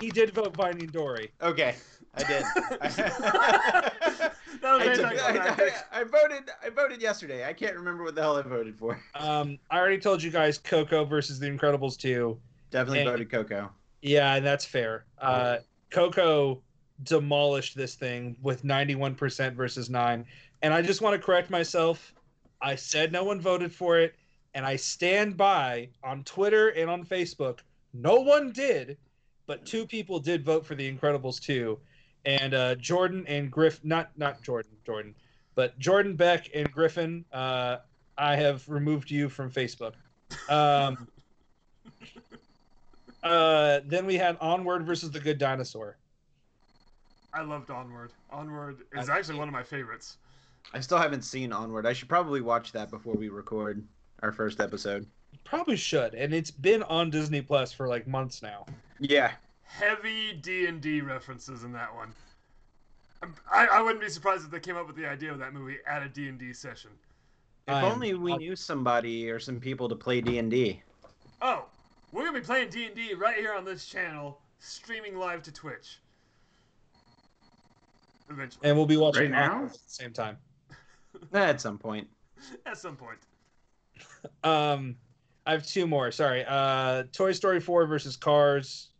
S6: He did vote Finding Dory.
S4: Okay, I did.
S3: that was
S4: I,
S3: based
S4: took-
S3: on
S4: I,
S3: climactics.
S4: I, I voted. I voted yesterday. I can't remember what the hell I voted for.
S6: Um, I already told you guys Coco versus The Incredibles two.
S4: Definitely
S6: And-
S4: voted Coco.
S6: Yeah, and that's fair. Uh, Coco demolished this thing with 91% versus 9. And I just want to correct myself. I said no one voted for it, and I stand by on Twitter and on Facebook. No one did, but two people did vote for The Incredibles 2. And uh, Jordan and Griff, not not Jordan, Jordan, but Jordan Beck and Griffin, uh, I have removed you from Facebook. Um, uh, then we had Onward versus The Good Dinosaur.
S3: I loved Onward. Onward is actually one of my favorites.
S4: I still haven't seen Onward. I should probably watch that before we record our first episode.
S6: Probably should, and it's been on Disney Plus for like months now.
S4: Yeah,
S3: Heavy D and D references in that one. I'm- I, I wouldn't be surprised if they came up with the idea of that movie at a D and D session.
S4: if
S6: I am-
S4: only we
S6: I'll-
S4: knew somebody or some people to play D and D.
S3: Oh, we're gonna be playing D and D right here on this channel, streaming live to Twitch. Eventually,
S6: And we'll be watching
S2: Right now?
S6: Onward at the same time.
S4: At some point.
S3: at some point.
S6: Um, I have two more. Sorry. Uh, Toy Story Four versus Cars.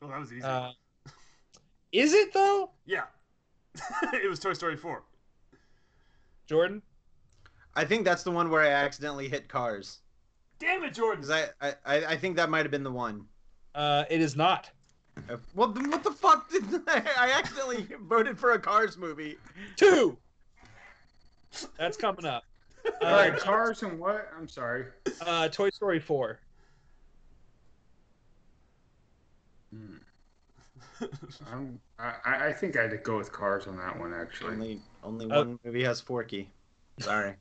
S3: Well, that was easy.
S6: Uh, is it though,
S3: yeah, it was Toy Story four.
S6: Jordan?
S4: I think that's the one where I accidentally hit cars.
S3: Damn it, Jordan.
S4: 'Cause I, I, I I think that might have been the one.
S6: Uh, it is not.
S4: Uh, Well, then what the fuck did I, I accidentally voted for a Cars movie?
S6: Two. That's coming up.
S2: All right,
S6: Uh,
S2: cars and what? I'm sorry.
S6: uh, Toy Story 4.
S2: Hmm, I'm, I, I I think I'd go with cars on that one actually.
S4: Only only
S6: Uh,
S4: one movie has Forky. Sorry.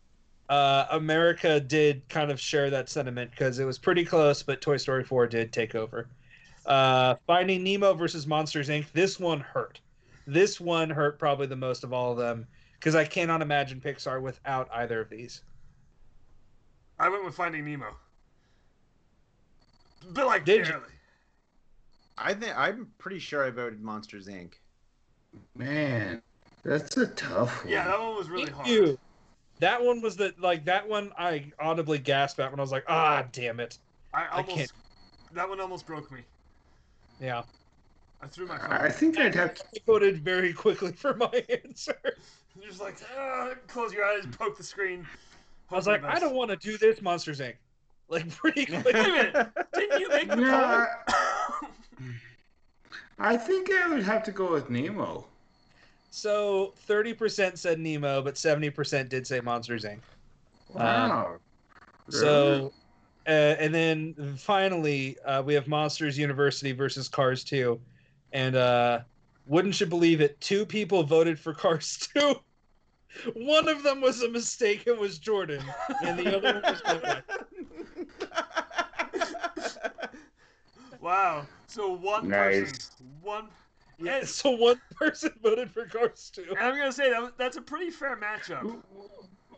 S6: Uh, America did kind of share that sentiment because it was pretty close, but Toy Story 4 did take over. Uh, Finding Nemo versus Monsters Inc. This one hurt. This one hurt probably the most of all of them because I cannot imagine Pixar without either of these.
S3: I went with Finding Nemo. But like
S6: Did you?
S3: barely.
S4: I think I'm pretty sure I voted Monsters Inc.
S2: Man, that's a tough one.
S3: Yeah, that one was really
S6: Thank
S3: hard.
S6: you. That one was the like that one I audibly gasped at when I was like, ah, damn it.
S3: I
S6: I
S3: almost
S6: can't-
S3: that one almost broke me.
S6: Yeah.
S3: I threw my phone.
S2: I I think I'd have to.
S6: I voted very quickly for my answer.
S3: You're just like, "Ah," close your eyes, poke the screen.
S6: I was
S3: Hope
S6: like,
S3: for the
S6: I
S3: best.
S6: don't want to do this, Monsters Inc. Like pretty quick.
S3: Wait a minute. Didn't you make the
S2: No,
S3: call?
S2: I, I think I would have to go with Nemo.
S6: So thirty percent said Nemo, but seventy percent did say Monsters Inc.
S2: Wow.
S6: Uh, So, uh, and then finally uh, we have Monsters University versus Cars Two, and uh, wouldn't you believe it? Two people voted for Cars Two. One of them was a mistake and was Jordan, and the other one was my wife.
S3: wow. So one
S2: Nice.
S3: person, one.
S6: Yeah,
S3: Yes.
S6: so one person voted for Cars Two.
S3: And I'm gonna say that was- that's a pretty fair matchup.
S2: W-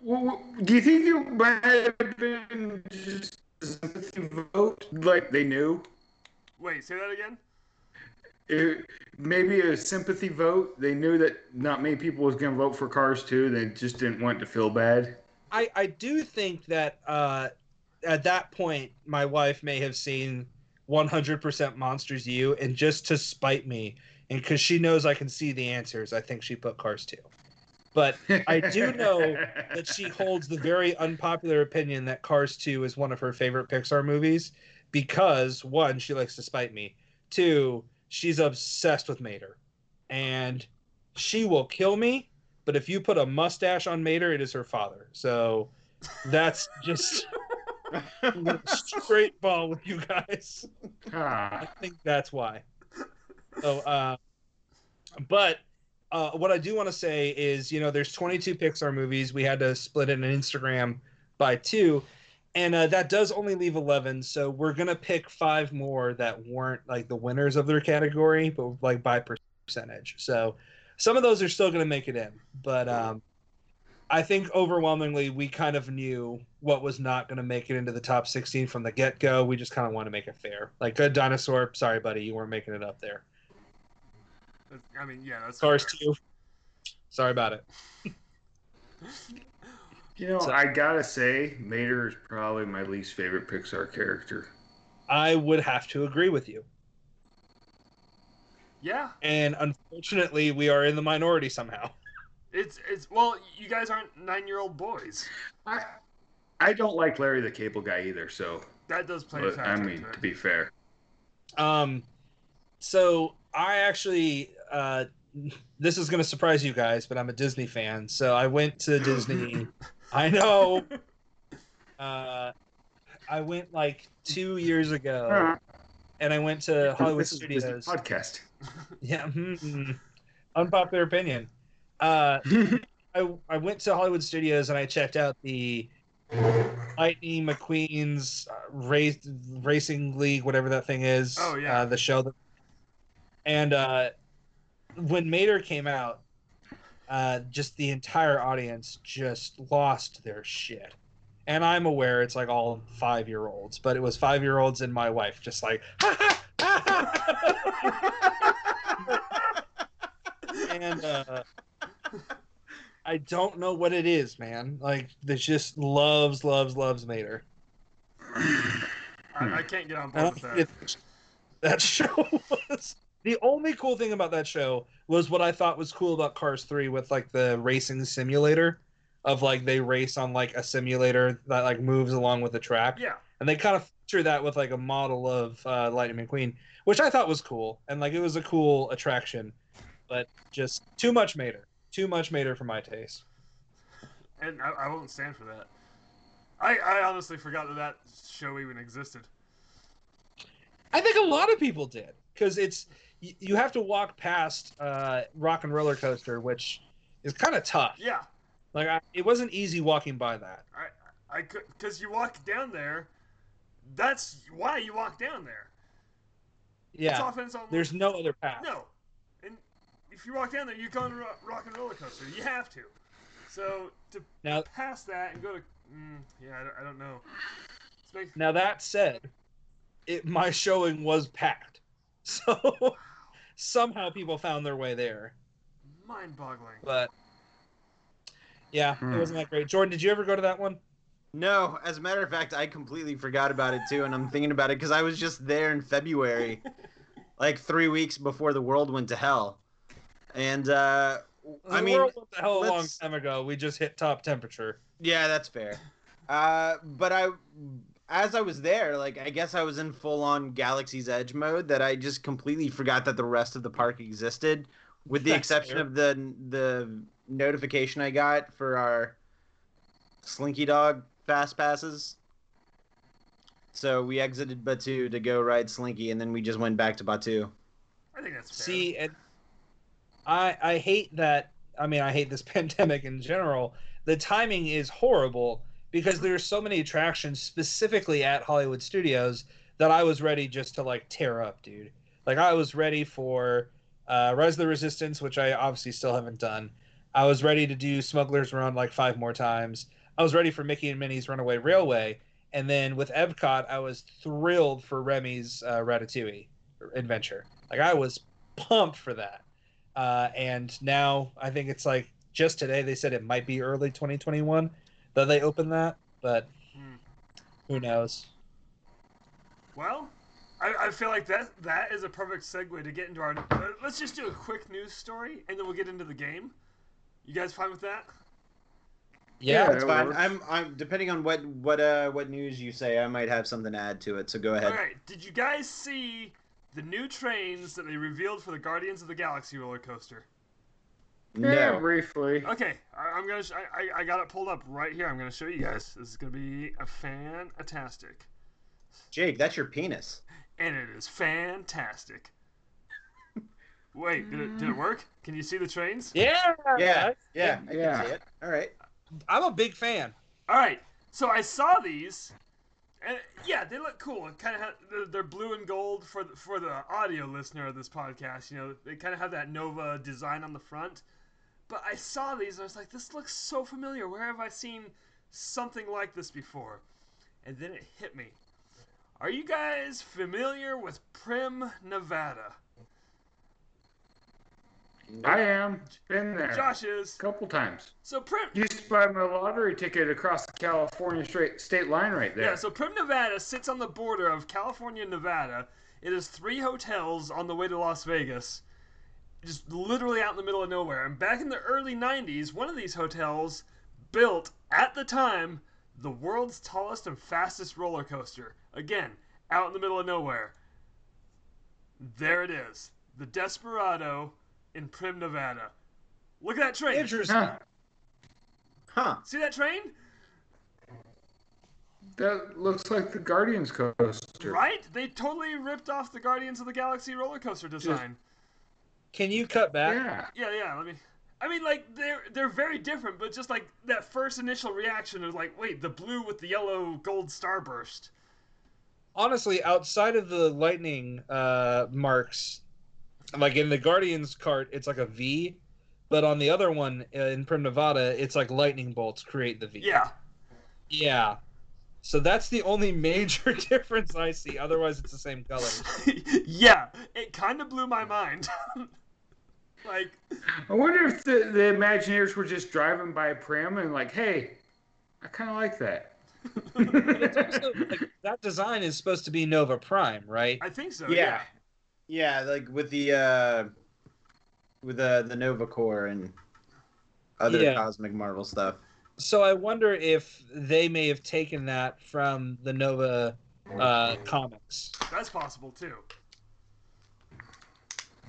S2: w- Do you think it might have been just a sympathy vote? Like they knew?
S3: Wait, say that again.
S2: It, maybe a sympathy vote. They knew that not many people was going to vote for Cars too. They just didn't want to feel bad.
S6: I, I do think that uh, at that point, my wife may have seen 100% Monsters U, and just to spite me, and because she knows I can see the answers, I think she put Cars 2. But I do know that she holds the very unpopular opinion that Cars 2 is one of her favorite Pixar movies because, one, she likes to spite me, two, she's obsessed with Mater. And she will kill me but if you put a mustache on Mater, it is her father. So that's just I'm gonna straight ball with you guys. I
S2: Ah,
S6: think that's why. So, uh, but uh, what I do want to say is, you know, there's 22 Pixar movies. We had to split it in Instagram by two, and uh, that does only leave 11. So we're gonna pick five more that weren't like the winners of their category, but like by percentage. So some of those are still gonna make it in, but um, I think overwhelmingly we kind of knew what was not going to make it into the top 16 from the get go. We just kind of want to make it fair. Like Good Dinosaur, sorry buddy, you weren't making it up there.
S3: That's- I mean, yeah, that's
S6: Cars
S3: fair.
S6: 2, sorry about it.
S2: you know,
S6: So-
S2: I gotta say, Mater is probably my least favorite Pixar character.
S6: I would have to agree with you.
S3: Yeah,
S6: And unfortunately, we are in the minority somehow.
S3: it's it's well, you guys aren't nine-year-old boys.
S2: I I don't like Larry the Cable Guy either. So,
S3: That does play a
S2: but, I
S3: factor
S2: mean,
S3: to
S2: to
S3: it.
S2: be fair,
S6: Um, so I actually, uh, this is going to surprise you guys, but I'm a Disney fan, so I went to Disney. I know. Uh, I went like two years ago, and I went to Oh, Hollywood
S2: Uh, this is
S6: Studios.
S2: Disney podcast.
S6: Yeah, mm, mm. unpopular opinion. Uh, I I went to Hollywood Studios and I checked out the Lightning McQueen's uh, race racing league, whatever that thing is.
S3: Oh, yeah.
S6: uh, the show. That, and uh, when Mater came out, uh, just the entire audience just lost their shit. And I'm aware it's like all five year olds, but it was five year olds and my wife just like.
S2: hmm.
S6: and uh, I don't know what it is, man. Like, this just loves, loves, loves Mater.
S3: I, I can't get on
S6: I
S3: board
S6: don't
S3: with
S6: think
S3: that.
S6: it- that show was the only cool thing about that show was what I thought was cool about Cars Three with like the racing simulator of like they race on like a simulator that like moves along with the track.
S3: Yeah,
S6: and they kind of feature that with like a model of uh, Lightning McQueen, which I thought was cool, and like it was a cool attraction, but just too much Mater, too much Mater for my taste.
S3: And I, I won't stand for that. I, I honestly forgot that that show even existed.
S6: I think a lot of people did because it's you, you have to walk past uh, Rock and Roller Coaster, which is kind of tough.
S3: Yeah,
S6: Like I, it wasn't easy walking by that.
S3: I could because you walk down there. That's why you walk down there. It's
S6: Yeah,
S3: off in its own
S6: there's no other path.
S3: No, and if you walk down there, you're going to ro- rock and roller coaster. You have to. So to
S6: Now-
S3: pass that and go to mm, yeah, I don't, I don't know. It's make-
S6: Now that said, it my showing was packed, so somehow people found their way there.
S3: mind-boggling.
S6: But yeah, it wasn't that great. Jordan, did you ever go to that one?
S4: No, as a matter of fact, I completely forgot about it too, and I'm thinking about it because I was just there in February, like three weeks before the world went to hell. And uh, I
S6: The
S4: mean,
S6: world went to hell a long
S4: let's-
S6: time ago. We just hit top temperature.
S4: Yeah, that's fair. Uh, but I, as I was there, like I guess I was in full on Galaxy's Edge mode that I just completely forgot that the rest of the park existed, with the
S6: That's
S4: exception
S6: fair.
S4: of the the notification I got for our Slinky Dog fast passes. So we exited Batu to go ride Slinky, and then we just went back to Batu.
S3: I think that's fair.
S6: See, and I I hate that. I mean, I hate this pandemic in general. The timing is horrible because there's so many attractions specifically at Hollywood Studios that I was ready just to like tear up, dude. Like I was ready for uh, Rise of the Resistance, which I obviously still haven't done. I was ready to do Smuggler's Run like five more times. I was ready for Mickey and Minnie's Runaway Railway, and then with Epcot, I was thrilled for Remy's uh, Ratatouille adventure. Like I was pumped for that. Uh, and now I think it's like just today they said it might be early 2021 that they open that, but
S3: Hmm.
S6: who knows?
S3: Well, I, I feel like that that is a perfect segue to get into our. Uh, let's just do a quick news story, and then we'll get into the game. You guys fine with that?
S6: Yeah.
S4: That's fine. I'm I'm depending on what what uh what news you say, I might have something to add to it. So go
S3: All
S4: ahead.
S3: right. Did you guys see the new trains that they revealed for the Guardians of the Galaxy roller coaster?
S2: Yeah,
S4: No.
S2: briefly.
S3: Okay, I, I'm gonna. Sh- I, I I got it pulled up right here. I'm gonna show you guys. This is gonna be a fantastic,
S4: Jake, that's your penis.
S3: and it is fantastic. Wait, did it did it work? Can you see the trains?
S6: Yeah.
S4: Yeah, yeah, I
S2: Yeah.
S4: can see it. All right.
S6: I'm a big fan.
S3: All right. So I saw these, and yeah, they look cool. It kind of ha- they're, they're blue and gold for the, for the audio listener of this podcast. You know, they kind of have that Nova design on the front. But I saw these, and I was like, this looks so familiar. Where have I seen something like this before? And then it hit me. Are you guys familiar with Prim, Nevada?
S2: I am. Been there
S3: Josh is.
S2: a couple times.
S3: So Prim,
S2: Used to buy my lottery ticket across the California straight, state line right there.
S3: Yeah, so Prim, Nevada sits on the border of California and Nevada. It is three hotels on the way to Las Vegas, just literally out in the middle of nowhere. And back in the early 90s, one of these hotels built, at the time, the world's tallest and fastest roller coaster. Again, out in the middle of nowhere. There it is. The Desperado in Prim, Nevada. Look at that train.
S6: Interesting.
S2: Huh.
S4: Huh.
S3: See that train?
S2: That looks like the Guardians coaster.
S3: Right? They totally ripped off the Guardians of the Galaxy roller coaster design.
S6: Can you cut back?
S2: Yeah.
S3: Yeah, yeah. Let me. I mean, like they're they're very different, but just like that first initial reaction of like, wait, the blue with the yellow gold starburst.
S6: Honestly, outside of the lightning uh, marks, like in the Guardians cart, it's like a V, but on the other one uh, in Prim Nevada, it's like lightning bolts create the V.
S3: Yeah,
S6: Yeah. So that's the only major difference I see. Otherwise, it's the same color.
S3: yeah. It kind of blew my mind. like,
S2: I wonder if the, the Imagineers were just driving by Prim and like, hey, I kind of like that.
S6: So, like, that design is supposed to be Nova Prime, right?
S3: I think so.
S4: Yeah.
S3: Yeah.
S4: Yeah, like with the uh with the the Nova Core and other
S6: Yeah.
S4: cosmic Marvel stuff.
S6: so I wonder if they may have taken that from the Nova uh, comics.
S3: That's possible too.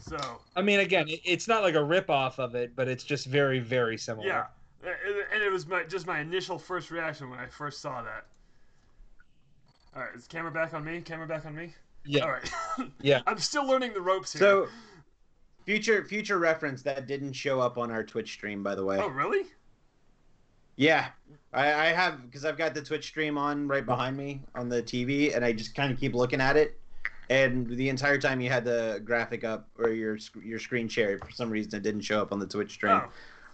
S3: So
S6: I mean, again, it- it's not like a ripoff of it, but it's just very, very similar.
S3: yeah, and- and it was my, just my initial first reaction when I first saw that. All right, is camera back on me? Camera back on me?
S6: Yeah.
S3: All right.
S6: Yeah.
S3: I'm still learning the ropes here.
S4: So, future future reference that didn't show up on our Twitch stream, by the way.
S3: oh really?
S4: Yeah, I, I have because I've got the Twitch stream on right behind me on the TV, and I just kind of keep looking at it. And the entire time you had the graphic up or your sc- your screen share, for some reason it didn't show up on the Twitch stream.
S3: Oh,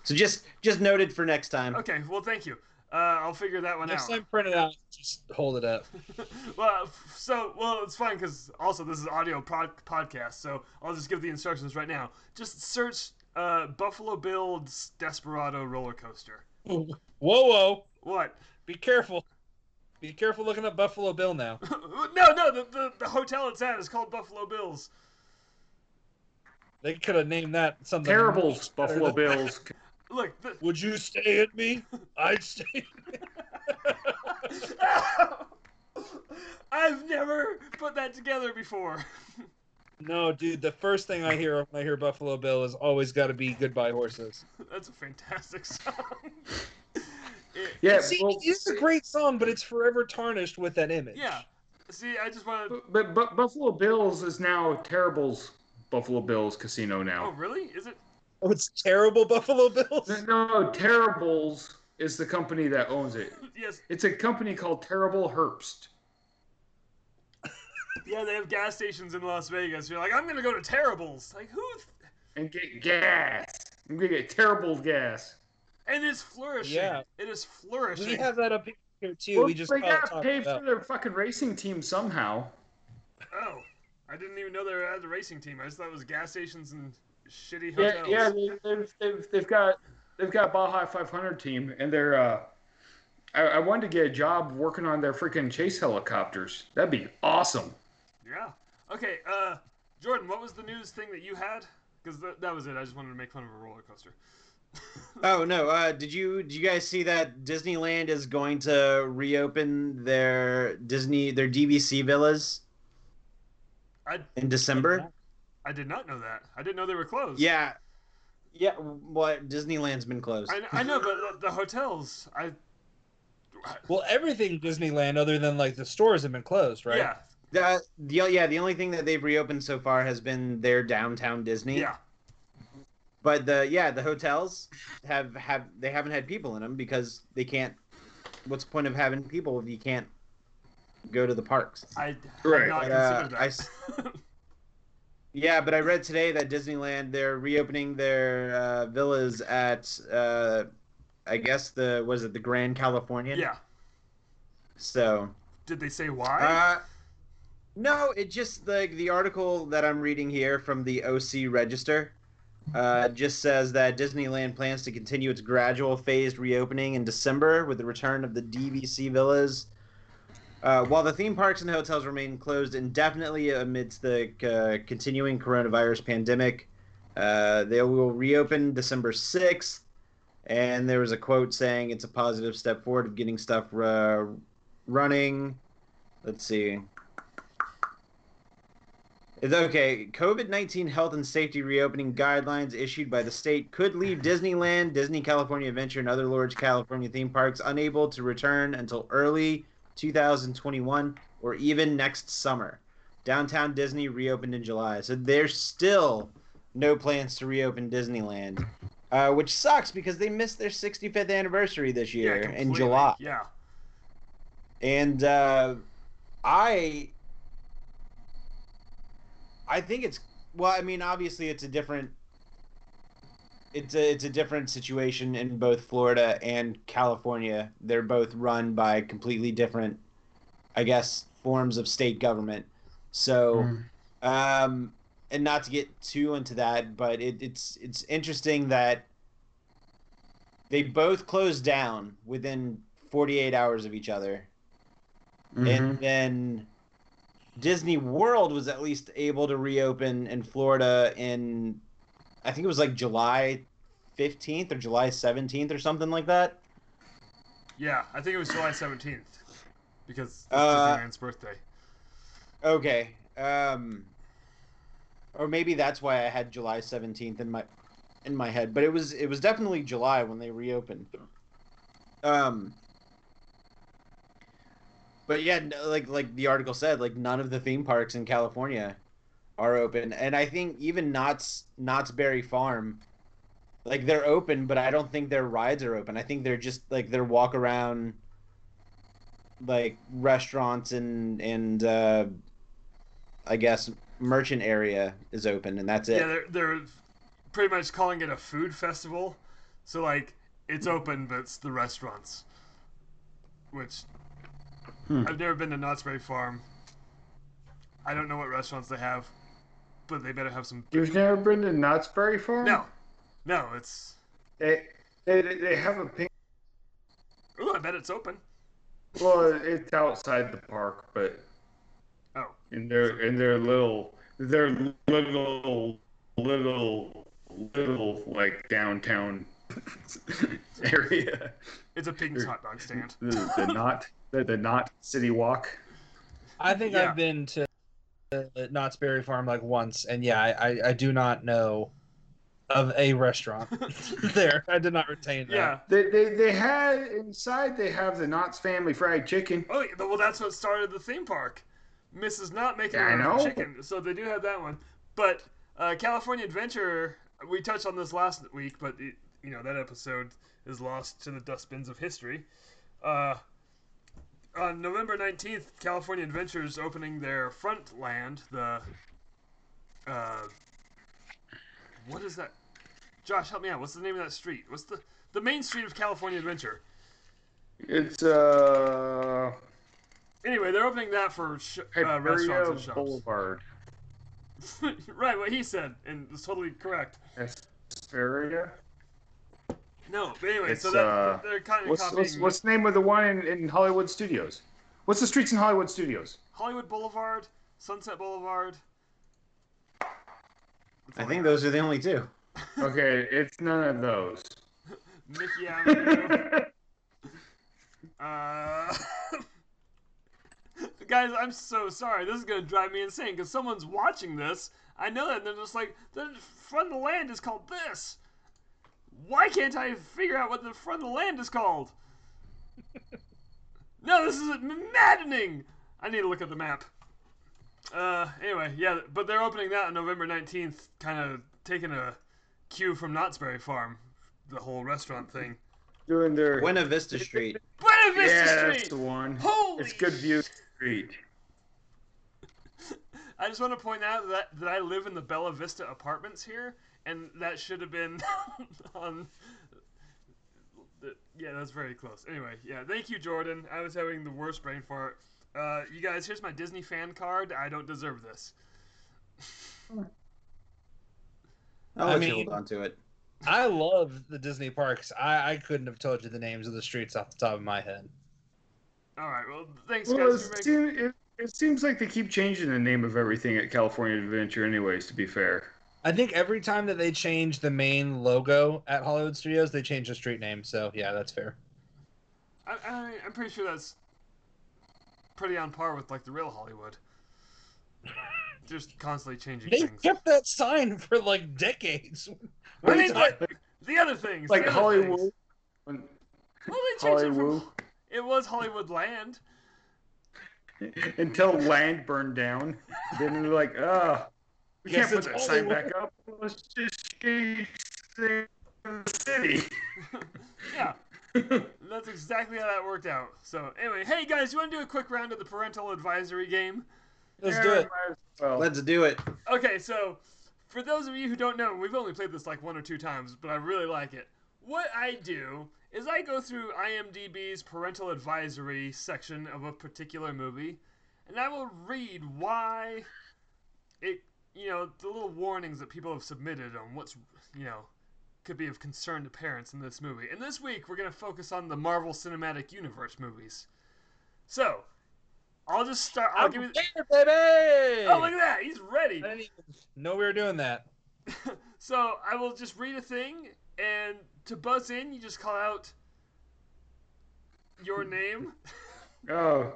S4: So just just noted for next time.
S3: okay. Well, thank you. Uh, I'll figure that one
S6: Next
S3: out.
S6: time, print it out. Just hold it up.
S3: well, f- so well, it's fine because also this is audio prod- podcast, so I'll just give the instructions right now. Just search uh, Buffalo Bill's Desperado roller coaster.
S6: whoa, whoa!
S3: What?
S6: Be careful. Be careful looking up Buffalo Bill now.
S3: no, no, the, the the hotel it's at is called Buffalo Bills.
S6: They could have named that something.
S2: Terribles, Buffalo Bills.
S3: Look, the...
S6: Would you stay at me? I'd stay.
S3: I've never put that together before.
S6: No, dude. The first thing I hear when I hear Buffalo Bill is always got to be "Goodbye Horses."
S3: That's a fantastic song. It-
S2: Yeah,
S6: See,
S2: well,
S6: it is a great song, but it's forever tarnished with that image.
S3: yeah. See, I just want to.
S2: but, but Buffalo Bills is now Terribles Buffalo Bills Casino
S3: Oh,
S2: now.
S3: really? Is it?
S6: Oh, it's terrible Buffalo
S3: Oh.
S6: Bills.
S2: No, Terribles is the company that owns it.
S3: Yes.
S2: It's a company called Terrible Herbst.
S3: Yeah, they have gas stations in Las Vegas. You're like, I'm gonna go to Terribles. Like, who? Th-
S2: and get gas. I'm gonna get terrible gas.
S3: and it's flourishing.
S6: Yeah.
S3: It is flourishing.
S6: We have that up here too.
S2: Well,
S6: we just
S2: they
S6: call it
S2: got
S6: Taco
S2: paid
S6: Bell.
S2: for their fucking racing team somehow.
S3: Oh, I didn't even know they had the racing team. I just thought it was gas stations and shitty
S2: Yeah,
S3: hotels.
S2: yeah, they, they've, they've they've got they've got Baja 500 team, and they're. Uh, I, I wanted to get a job working on their freaking chase helicopters. That'd be awesome.
S3: Yeah. Okay. Uh, Jordan, what was the news thing that you had? Because th- that was it. I just wanted to make fun of a roller coaster.
S4: Oh no! Uh, did you did you guys see that Disneyland is going to reopen their Disney their DVC villas
S3: I-
S4: in December?
S3: I did not know that. I didn't know they were closed.
S4: Yeah, yeah. What Disneyland's been closed?
S3: I, kn- I know, but the, the hotels. I.
S6: Well, everything Disneyland other than like the stores have been closed, right?
S3: Yeah.
S4: The, the yeah, the only thing that they've reopened so far has been their downtown Disney.
S3: Yeah.
S4: But the yeah, the hotels have have they haven't had people in them because they can't. What's the point of having people if you can't go to the parks?
S3: I had
S2: Right.
S3: not
S4: Uh,
S3: considered that.
S4: I s- Yeah, but I read today that Disneyland they're reopening their uh, villas at uh, I guess the was it the Grand Californian?
S3: yeah.
S4: So
S3: Did they say why?
S4: Uh, no, it just like the article that I'm reading here from the OC Register uh, just says that Disneyland plans to continue its gradual phased reopening in December with the return of the DVC villas. Uh, while the theme parks and hotels remain closed indefinitely amidst the uh, continuing coronavirus pandemic, uh, they will reopen December 6th. And there was a quote saying it's a positive step forward of getting stuff uh, running. Let's see. It's okay. COVID 19 health and safety reopening guidelines issued by the state could leave Disneyland, Disney California Adventure, and other large California theme parks unable to return until early 2021 or even next summer. Downtown Disney reopened in July. So there's still no plans to reopen Disneyland, uh, which sucks because they missed their 65th anniversary this year in
S3: completely.
S4: July
S3: Yeah.
S4: and uh, I I think it's well. I mean, obviously, it's a different it's a it's a different situation in both Florida and California. They're both run by completely different, I guess, forms of state government.
S2: Mm-hmm.
S4: So, um, and not to get too into that, but it, it's it's interesting that they both closed down within 48 hours of each other and then Disney World was at least able to reopen in Florida in I think it was like July 15th or July 17th or something like that.
S3: Yeah, I think it was July 17th because it's
S4: Uh,
S3: Disneyland's birthday.
S4: Okay. Um or maybe that's why I had July 17th in my in my head, but it was it was definitely July when they reopened. Um But yeah, no, like like the article said, like none of the theme parks in California are open, and I think even Knott's Knott's Berry Farm like they're open, but I don't think their rides are open. I think they're just like their walk around like restaurants and and uh I guess merchant area is open and that's it.
S3: Yeah, they're, they're pretty much calling it a food festival. So, like, it's open, but it's the restaurants. Which
S2: Hmm.
S3: I've never been to Knott's Berry Farm. I don't know what restaurants they have, but they better have some.
S2: You've never been to Knott's Berry Farm?
S3: No, no, it's.
S2: They, they, they have a pink.
S3: Ooh, I bet it's open.
S2: Well, it's outside the park, but
S3: Oh.
S2: in their in their little their little little little like downtown area.
S3: It's a pig's hot dog stand.
S2: The, the not the, the not city walk.
S6: I think
S3: Yeah.
S6: I've been to uh, Knott's Berry Farm like once, and yeah, I, I, I do not know of a restaurant there. I did not retain that.
S3: Yeah.
S2: They, they they had inside they have the Knott's family fried chicken.
S3: Oh, yeah, well, that's what started the theme park. Mrs. Not making
S2: Yeah, I
S3: her own
S2: know.
S3: chicken, so they do have that one. But uh, California Adventure, we touched on this last week, but it, you know that episode is lost to the dustbins of history. Uh, on November nineteenth, California Adventure is opening their front land. The uh, what is that? Josh, help me out. What's the name of that street? What's the the main street of California Adventure?
S2: It's uh
S3: Anyway, they're opening that for sh- uh, restaurants
S2: Hyperia
S3: and shops.
S2: Boulevard.
S3: right, what he said, and it's totally correct.
S2: Hesperia?
S3: No, but anyway, so
S2: It's,
S3: that
S2: uh,
S3: they're kind of
S2: What's,
S3: copying
S2: what's what's the name of the one in, in Hollywood Studios? What's the streets in Hollywood Studios?
S3: Hollywood Boulevard, Sunset Boulevard.
S4: I think those are the only two.
S2: Okay, it's none of those.
S3: Mickey Avenue. uh, guys, I'm so sorry. This is gonna drive me insane because someone's watching this. I know that and they're just like the front of the land is called this. Why can't I figure out what the front of the land is called? no, this is maddening. I need to look at the map. Uh, anyway, yeah, but they're opening that on November 19th, kind of taking a cue from Knott's Berry Farm, the whole restaurant thing.
S2: Doing their
S4: Buena Vista Street.
S3: Buena Vista
S2: yeah, that's
S3: Street.
S2: the one.
S3: Holy!
S2: It's Good View Street.
S3: I just want to point out that that I live in the Bella Vista Apartments here, and that should have been on. the- Yeah, that's very close. Anyway, yeah, thank you, Jordan. I was having the worst brain fart. Uh, you guys, here's my Disney fan card. I don't deserve this.
S4: I'll
S6: I
S4: let you
S6: mean-
S4: hold on to it.
S6: I love the Disney parks. I, I couldn't have told you the names of the streets off the top of my head.
S3: All right, well, thanks,
S2: Well,
S3: guys.
S2: it,
S3: for making-
S2: seem, it, it seems like they keep changing the name of everything at California Adventure, anyways. To be fair,
S6: I think every time that they change the main logo at Hollywood Studios, they change the street name. So yeah, that's fair.
S3: I, I, I'm pretty sure that's pretty on par with like the real Hollywood. Just constantly changing
S6: They
S3: things.
S6: kept that sign for like decades.
S3: I
S6: What are
S3: mean,
S6: you
S3: like,
S6: talking-
S3: the other things.
S2: like
S3: the other things.
S2: Hollywood,
S3: Well, they changed
S2: Hollywood,
S3: it from. It was Hollywood Land.
S2: until land burned down. then they're like, ah, we
S6: Guess
S2: can't
S6: it's
S2: put that sign
S6: Hollywood."
S2: back up. Let's just change the name of the city.
S3: Yeah. That's exactly how that worked out. So, anyway, hey guys, you want to do a quick round of the parental advisory game?
S6: Let's
S2: Yeah,
S6: do it.
S2: might as well.
S4: Let's do it.
S3: Okay, so for those of you who don't know, we've only played this like one or two times, but I really like it. What I do is I go through IMDb's parental advisory section of a particular movie, and I will read why it, you know, the little warnings that people have submitted on what's, you know, could be of concern to parents in this movie. And this week we're going to focus on the Marvel Cinematic Universe movies. So, I'll just start. I'll
S6: I'm
S3: give you.
S6: there, baby.
S3: Oh, look at that! He's ready.
S6: I didn't even know we were doing that.
S3: So I will just read a thing, and to buzz in, you just call out your name?
S2: Oh,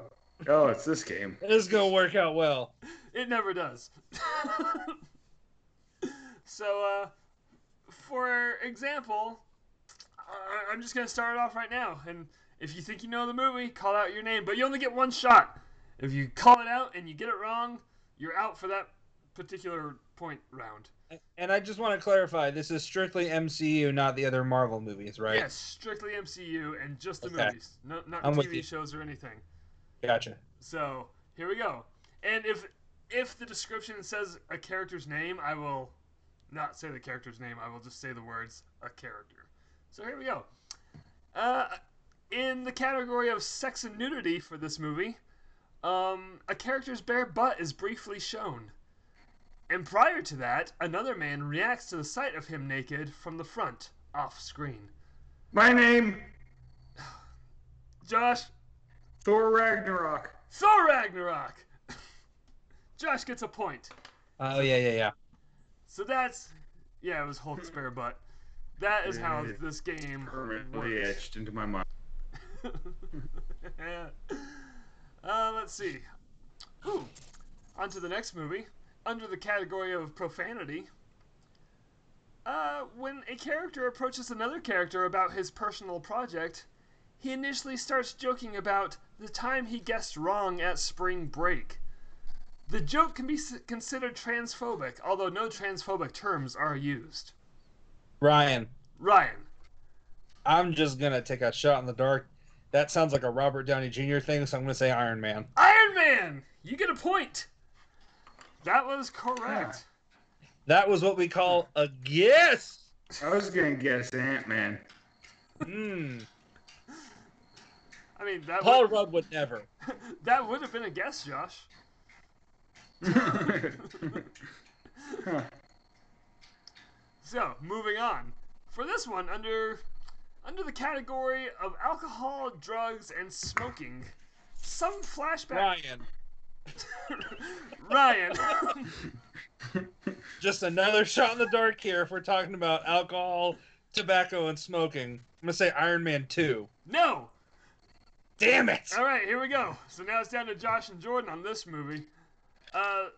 S2: oh, it's this game.
S6: This is gonna work out well.
S3: It never does. so, uh, for example, I- I'm just gonna start it off right now. And if you think you know the movie, call out your name. But you only get one shot. If you call it out and you get it wrong, you're out for that particular point round.
S6: And I just want to clarify: this is strictly MCU, not the other Marvel movies, right?
S3: Yes, strictly MCU and just the
S6: Okay.
S3: movies, no, not
S6: I'm with
S3: TV
S6: you.
S3: shows or anything.
S6: Gotcha.
S3: So here we go. And if if the description says a character's name, I will not say the character's name. I will just say the words a character. So here we go. Uh, in the category of sex and nudity for this movie, um, a character's bare butt is briefly shown. And prior to that, another man reacts to the sight of him naked from the front, off screen.
S2: My name
S3: Josh,
S2: Thor Ragnarok.
S3: Thor Ragnarok! Josh gets a point.
S6: Oh yeah, yeah, yeah.
S3: So that's yeah, it was Hulk's bare butt. That is how
S2: Yeah.
S3: this game
S2: Permanently
S3: works.
S2: etched into my mind.
S3: uh, let's see. Ooh, on to the next movie. Under the category of profanity. Uh, when a character approaches another character about his personal project, he initially starts joking about the time he guessed wrong at spring break. The joke can be s- considered transphobic, although no transphobic terms are used.
S6: Ryan,
S3: Ryan,
S6: I'm just gonna take a shot in the dark. That sounds like a Robert Downey Jr. thing, so I'm gonna say Iron Man.
S3: Iron Man, you get a point. That was correct.
S6: That was what we call a guess.
S2: I was gonna guess Ant Man.
S6: Mm.
S3: I mean, that
S6: Paul
S3: would,
S6: Rudd would never.
S3: that would have been a guess, Josh. So, moving on. For this one, under under the category of alcohol, drugs, and smoking, some flashback.
S6: Ryan,
S3: Ryan.
S6: just another shot in the dark here. If we're talking about alcohol, tobacco, and smoking, I'm gonna say Iron Man Two.
S3: no.
S6: Damn it!
S3: All right, here we go. So now it's down to Josh and Jordan on this movie. Uh,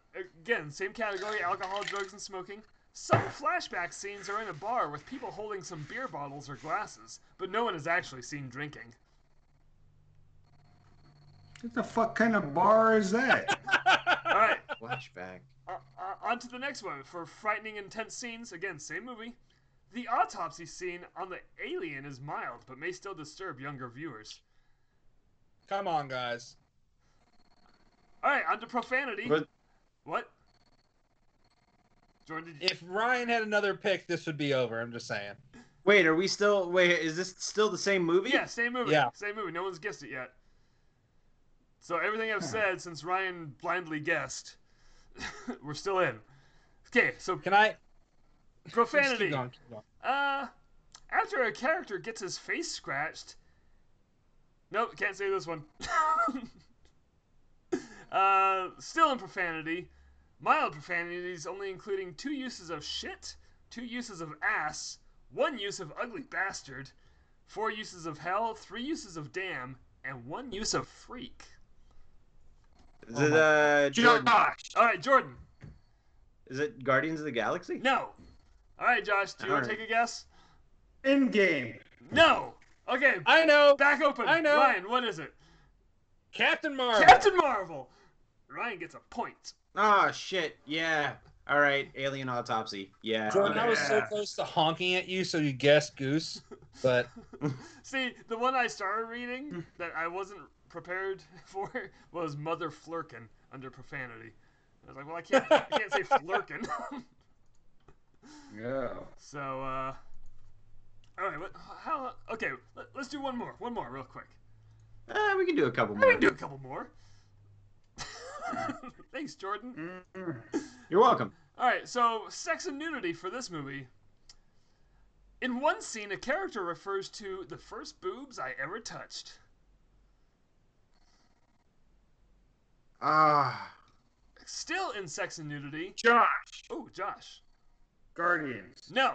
S3: again, same category: alcohol, drugs, and smoking. Some flashback scenes are in a bar with people holding some beer bottles or glasses, but no one is actually seen drinking.
S2: What the fuck kind of bar is that?
S3: All right,
S4: Flashback.
S3: uh, uh, on to the next one for frightening, intense scenes. Again, same movie. The autopsy scene on the alien is mild, but may still disturb younger viewers.
S6: Come on, guys.
S3: All right, on to profanity.
S2: But-
S3: What? Jordan, did you...
S6: If Ryan had another pick, this would be over. I'm just saying.
S4: Wait, are we still? Wait, is this still the same movie?
S3: Yeah, same movie.
S6: Yeah.
S3: Same movie. No one's guessed it yet. So everything I've said since Ryan blindly guessed, we're still in. Okay, so
S6: Can I? Just keep
S3: profanity.
S6: going, keep going.
S3: Uh, after a character gets his face scratched. Nope, can't say this one. uh, still in profanity. Mild profanities only including two uses of shit, two uses of ass, one use of ugly bastard, four uses of hell, three uses of damn, and one use of freak.
S4: Is it uh, Jordan?
S2: Josh.
S3: Alright, Jordan.
S4: Is it Guardians of the Galaxy?
S3: No. Alright, Josh, do you want to
S4: Alright.
S3: take a guess?
S2: In game.
S3: No! Okay,
S6: I know
S3: back open.
S6: I know.
S3: Ryan, what is it?
S6: Captain Marvel.
S3: Captain Marvel. Ryan gets a point.
S4: Ah, shit. Yeah. All right. Alien autopsy. Yeah.
S6: Jordan, I was so
S2: Yeah.
S6: close to honking at you, so you guessed goose, but
S3: See, the one I started reading that I wasn't prepared for was Mother Flurkin under profanity. I was like, well, I can't, I can't say Flurkin.
S2: Yeah.
S3: so, uh, all right, what, how? Okay, let, let's do one more, one more, real quick.
S4: Uh, we can do a couple
S3: We
S4: more.
S3: can do a couple more. Thanks, Jordan.
S2: Hmm. Mm-hmm.
S4: You're welcome.
S3: All right, so sex and nudity for this movie. In one scene, a character refers to the first boobs I ever touched.
S4: Ah.
S3: Still in sex and nudity.
S2: Josh.
S3: Oh, Josh.
S2: Guardians.
S3: No.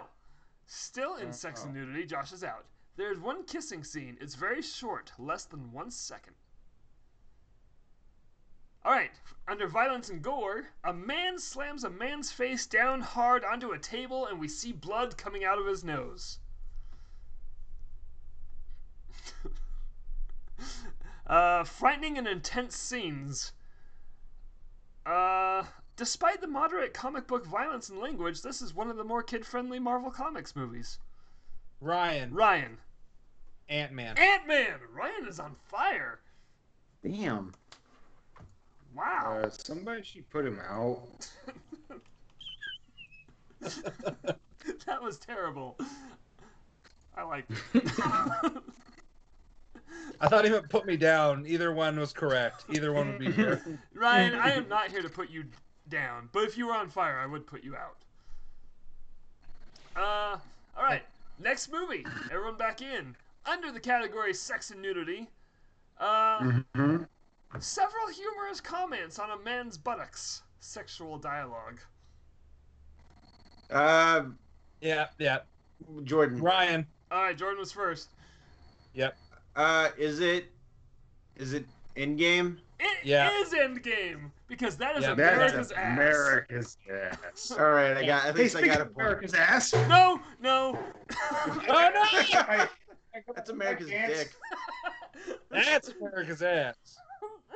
S3: Still in sex
S2: Oh.
S3: and nudity. Josh is out. There's one kissing scene. It's very short, less than one second. Alright, under violence and gore, a man slams a man's face down hard onto a table and we see blood coming out of his nose. uh, frightening and intense scenes. Uh, despite the moderate comic book violence and language, this is one of the more kid friendly Marvel Comics movies.
S6: Ryan,
S3: Ryan.
S6: Ant Man.
S3: Ant Man! Ryan is on fire!
S4: Damn.
S3: Wow.
S2: Uh, somebody should put him out.
S3: that was terrible. I like it.
S6: I thought he meant put me down. Either one was correct. Either one would be here.
S3: Ryan, I am not here to put you down, but if you were on fire, I would put you out. Uh, all right. Next movie. Everyone back in. Under the category sex and nudity, uh,
S2: Mm-hmm.
S3: several humorous comments on a man's buttocks. Sexual dialogue.
S4: Uh,
S6: Yeah, yeah.
S4: Jordan.
S6: Ryan.
S3: All right, Jordan was first.
S4: Uh, is it? Is it Endgame?
S3: It is
S6: Yeah.
S3: Endgame because that is
S6: Yeah, that
S2: That
S3: America's
S2: is
S3: ass.
S2: America's ass.
S4: All right, I got. At
S2: Hey,
S4: least I
S2: speaking
S4: got a
S2: of
S4: point.
S2: America's ass,
S3: No, no.
S6: Oh no!
S2: I- I got
S4: That's
S2: my
S4: America's
S2: pants.
S4: dick.
S6: That's America's ass.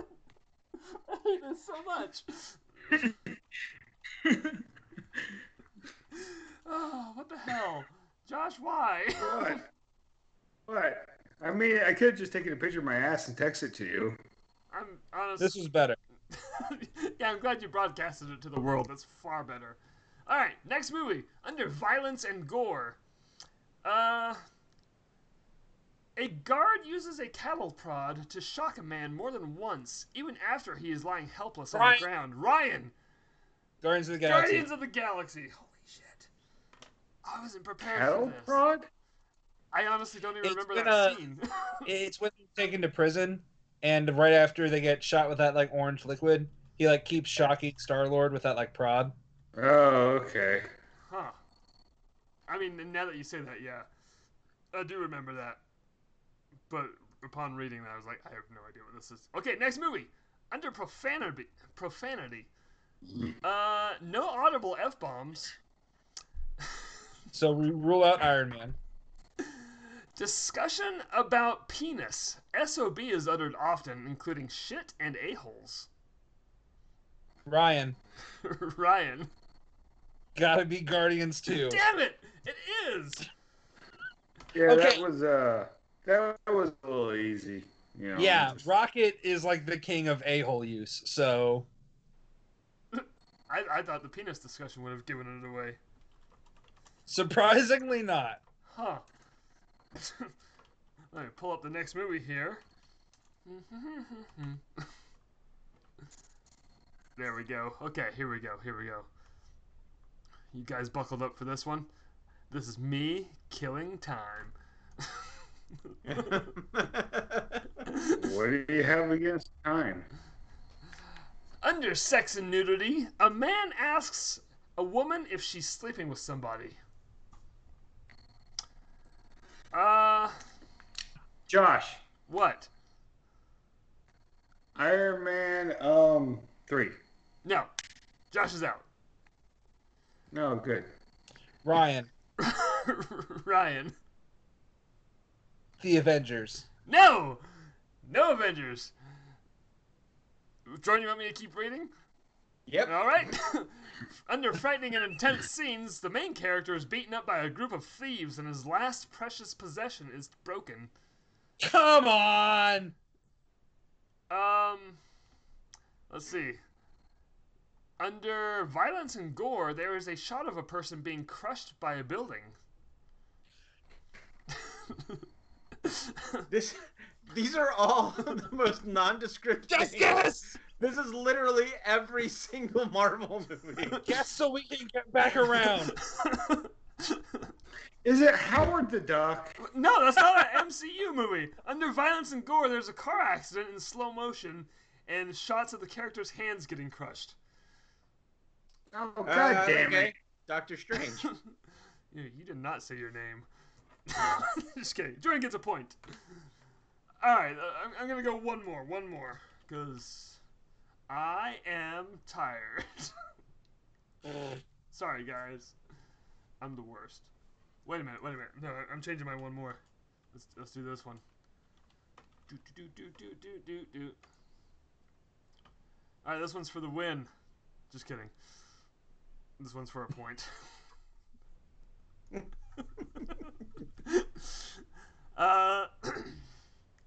S3: I hate this so much. oh, what the hell, Josh? Why?
S2: What? What? I mean, I could have just taken a picture of my ass and text it to you.
S3: I'm honest.
S6: This was better.
S3: yeah, I'm glad you broadcasted it to the world. That's far better. All right, next movie under violence and gore. Uh, a guard uses a cattle prod to shock a man more than once, even after he is lying helpless on
S6: Ryan.
S3: the ground. Ryan,
S6: Guardians of the Galaxy.
S3: Guardians of the Galaxy. Holy shit! I wasn't prepared for
S2: Cattle
S3: this.
S2: prod?
S3: I honestly don't even
S6: It's
S3: remember
S6: been
S3: that
S6: a-
S3: scene.
S6: It's when they're taken to prison, and right after they get shot with that like orange liquid, he like keeps shocking Star Lord with that like prod.
S2: Oh, okay.
S3: huh. I mean, now that you say that, yeah, I do remember that. But upon reading that, I was like, I have no idea what this is. Okay, next movie. Under profanity, profanity. Uh, no audible f bombs.
S6: So we rule out Iron Man.
S3: Discussion about penis. Sob is uttered often, including shit and a holes.
S6: Ryan,
S3: Ryan.
S6: gotta be Guardians too.
S3: Damn it! It is!
S2: Yeah,
S6: Okay.
S2: that was uh, that was a little easy. You know,
S6: Yeah,
S2: just-
S6: Rocket is like the king of a hole use. So
S3: I, I thought the penis discussion would have given it away.
S6: surprisingly not.
S3: Huh. Let me pull up the next movie here. there we go. Okay, here we go. Here we go. You guys buckled up for this one? This is me killing time.
S2: What do you have against time?
S3: Under sex and nudity, a man asks a woman if she's sleeping with somebody. Uh,
S2: Josh,
S3: what?
S2: Iron Man, um, three.
S3: No. Josh is out.
S2: No, good.
S6: Ryan,
S3: Ryan.
S6: the Avengers.
S3: No! No Avengers! Jordan, you want me to keep reading?
S4: yep.
S3: Alright. Under frightening and intense scenes, the main character is beaten up by a group of thieves and his last precious possession is broken.
S6: Come on.
S3: Um, let's see. Under violence and gore, there is a shot of a person being crushed by a building.
S4: This. These are all the most nondescript.
S6: Yes,
S4: things.
S6: yes,
S4: This is literally every single Marvel movie.
S6: yes. So we can get back around.
S2: Is it Howard the Duck?
S3: No, that's not an MCU movie. Under violence and gore, there's a car accident in slow motion and shots of the character's hands getting crushed.
S2: Oh,
S4: Uh,
S2: god damn
S4: okay.
S2: it.
S4: Doctor Strange.
S3: You, you did not say your name. Just kidding. Jordan gets a point. All right, uh, I'm, I'm gonna go one more, one more, because I am tired. Sorry, guys. I'm the worst. Wait a minute, wait a minute. No, I- I'm changing my one more. Let's let's do this one. Do do do do do do do do. All right, this one's for the win. Just kidding. This one's for a point. uh,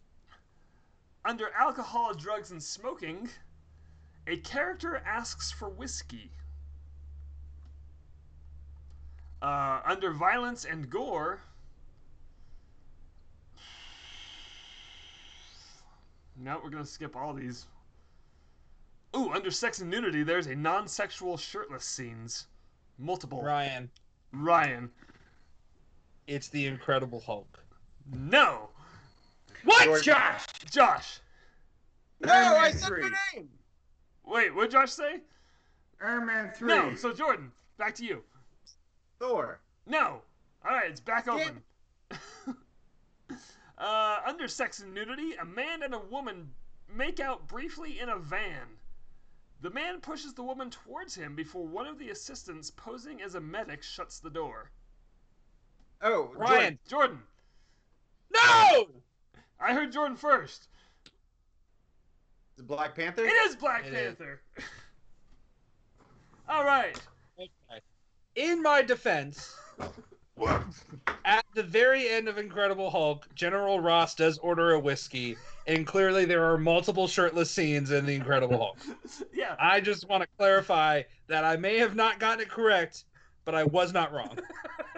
S3: under alcohol, drugs, and smoking, a character asks for whiskey. Uh, under violence and gore, no, we're gonna skip all these. Ooh, under sex and nudity, there's a non-sexual shirtless scenes, multiple.
S6: Ryan,
S3: Ryan,
S6: it's the Incredible Hulk.
S3: no,
S2: What,
S7: Jordan-
S2: Josh?
S3: Josh.
S4: No, I
S2: said my
S4: name.
S3: Wait, what did Josh say?
S2: Iron Man three.
S3: No. So Jordan, back to you.
S4: Thor.
S3: No. All right, it's back
S4: Damn
S3: open. uh, under sex and nudity, a man and a woman make out briefly in a van. The man pushes the woman towards him before one of the assistants, posing as a medic, shuts the door.
S4: Oh,
S6: Ryan,
S3: Jordan,
S6: no!
S3: I heard Jordan first.
S4: the Black Panther.
S3: It is Black
S6: It is.
S3: Panther. All right.
S6: Okay. In my defense, at the very end of Incredible Hulk, General Ross does order a whiskey, and clearly there are multiple shirtless scenes in the Incredible Hulk.
S3: Yeah.
S6: I just want to clarify that I may have not gotten it correct, but I was not wrong.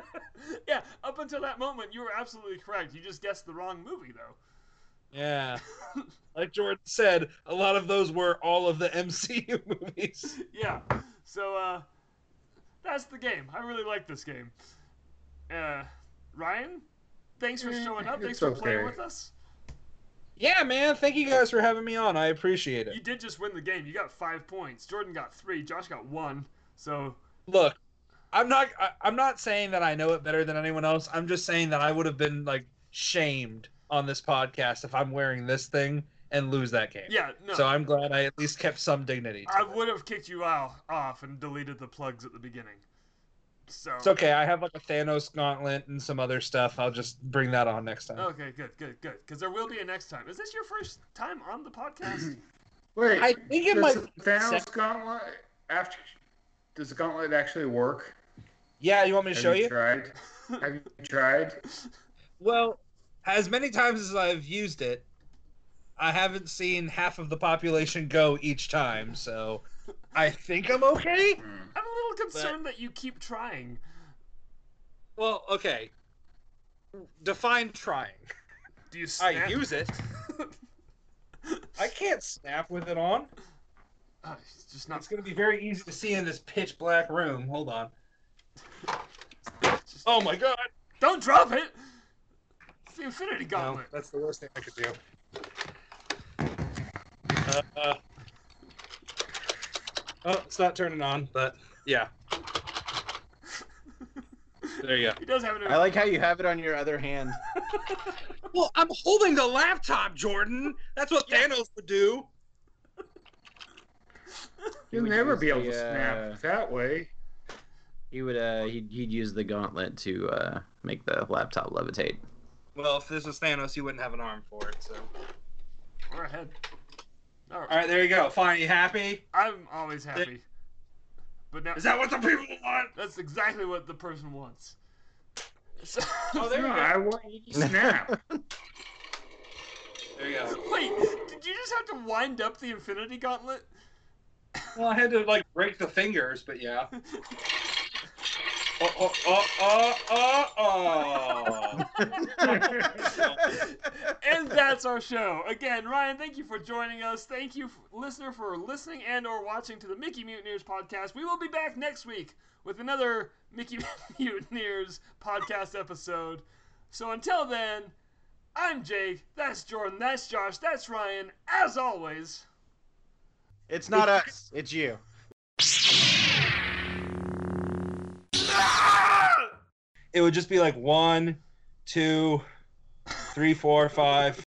S3: yeah. Up until that moment, you were absolutely correct. You just guessed the wrong movie, though.
S6: Yeah. Like Jordan said, a lot of those were all of the MCU movies.
S3: yeah. So uh, that's the game. I really like this game. Uh, Ryan, thanks for
S2: Eh,
S3: showing up. Thanks
S2: it's
S3: for playing
S2: okay.
S3: with us.
S6: Yeah, man. Thank you guys for having me on. I appreciate
S3: You
S6: it.
S3: did just win the game. You got five points. Jordan got three. Josh got one. So
S6: Look, I'm not I, I'm not saying that I know it better than anyone else. I'm just saying that I would have been like shamed on this podcast if I'm wearing this thing and lose that game.
S3: yeah, no,
S6: So I'm glad I at least kept some dignity. to
S3: I
S6: it.
S3: would have kicked you out off and deleted the plugs at the beginning. So
S6: It's okay. I have like a Thanos gauntlet and some other stuff. I'll just bring that on next time.
S3: Okay, good, good, good. Because there will be a next time. Is this your first time on the podcast?
S2: Wait.
S6: I think it
S2: does
S6: might.
S2: the Thanos
S6: Sec-
S2: gauntlet after? Does the gauntlet actually work?
S6: Yeah, you want me to
S2: Have
S6: show you?
S2: Tried? Have you tried?
S6: Well, as many times as I've used it, I haven't seen half of the population go each time, so I think I'm okay.
S2: Hmm.
S3: I'm a little concerned that you keep trying.
S6: Well, okay. Define trying.
S3: Do you?
S6: I
S3: Snap?
S6: use it. I can't snap with it on.
S3: Ah, it's just not.
S6: It's going to be very easy to see in this pitch black room. Hold on.
S3: just-
S6: Oh my god.
S3: Don't drop it! It's the Infinity
S6: No,
S3: Gauntlet.
S6: that's the worst thing I could do. Uh, uh. Oh, it's not turning on, but yeah. There you
S3: He does have an.
S4: I like how you have it on your other hand.
S6: go. Well, I'm holding the laptop, Jordan. That's what Thanos would do.
S2: You'll
S4: would
S2: never
S4: use
S2: be able
S4: the,
S2: to snap
S4: uh,
S2: that way.
S8: He would uh he'd, he'd use the gauntlet to uh make the laptop levitate.
S6: Well, if this was Thanos, you wouldn't have an arm for it. So.
S3: We're ahead. All
S6: All
S3: right.
S6: right, there you go. Fine. You happy?
S3: I'm always happy. But now
S6: Is that what the people want?
S3: that's exactly what the person wants. So,
S6: Oh, there
S2: No,
S6: you go.
S2: I want you to snap.
S6: There you go.
S3: wait, did you just have to wind up the Infinity Gauntlet?
S6: Well, I had to like break the fingers, but yeah. Oh, oh, oh, oh, oh, oh.
S3: and that's our show. Again, Ryan, thank you for joining us. Thank you, listener, for listening and or watching to the Mickey Mutineers podcast. We will be back next week with another Mickey Mutineers podcast episode. So until then, I'm Jake. That's Jordan. That's Josh. That's Ryan. As always.
S4: It's not us. It's you.
S6: It would just be like one, two, three, four, five,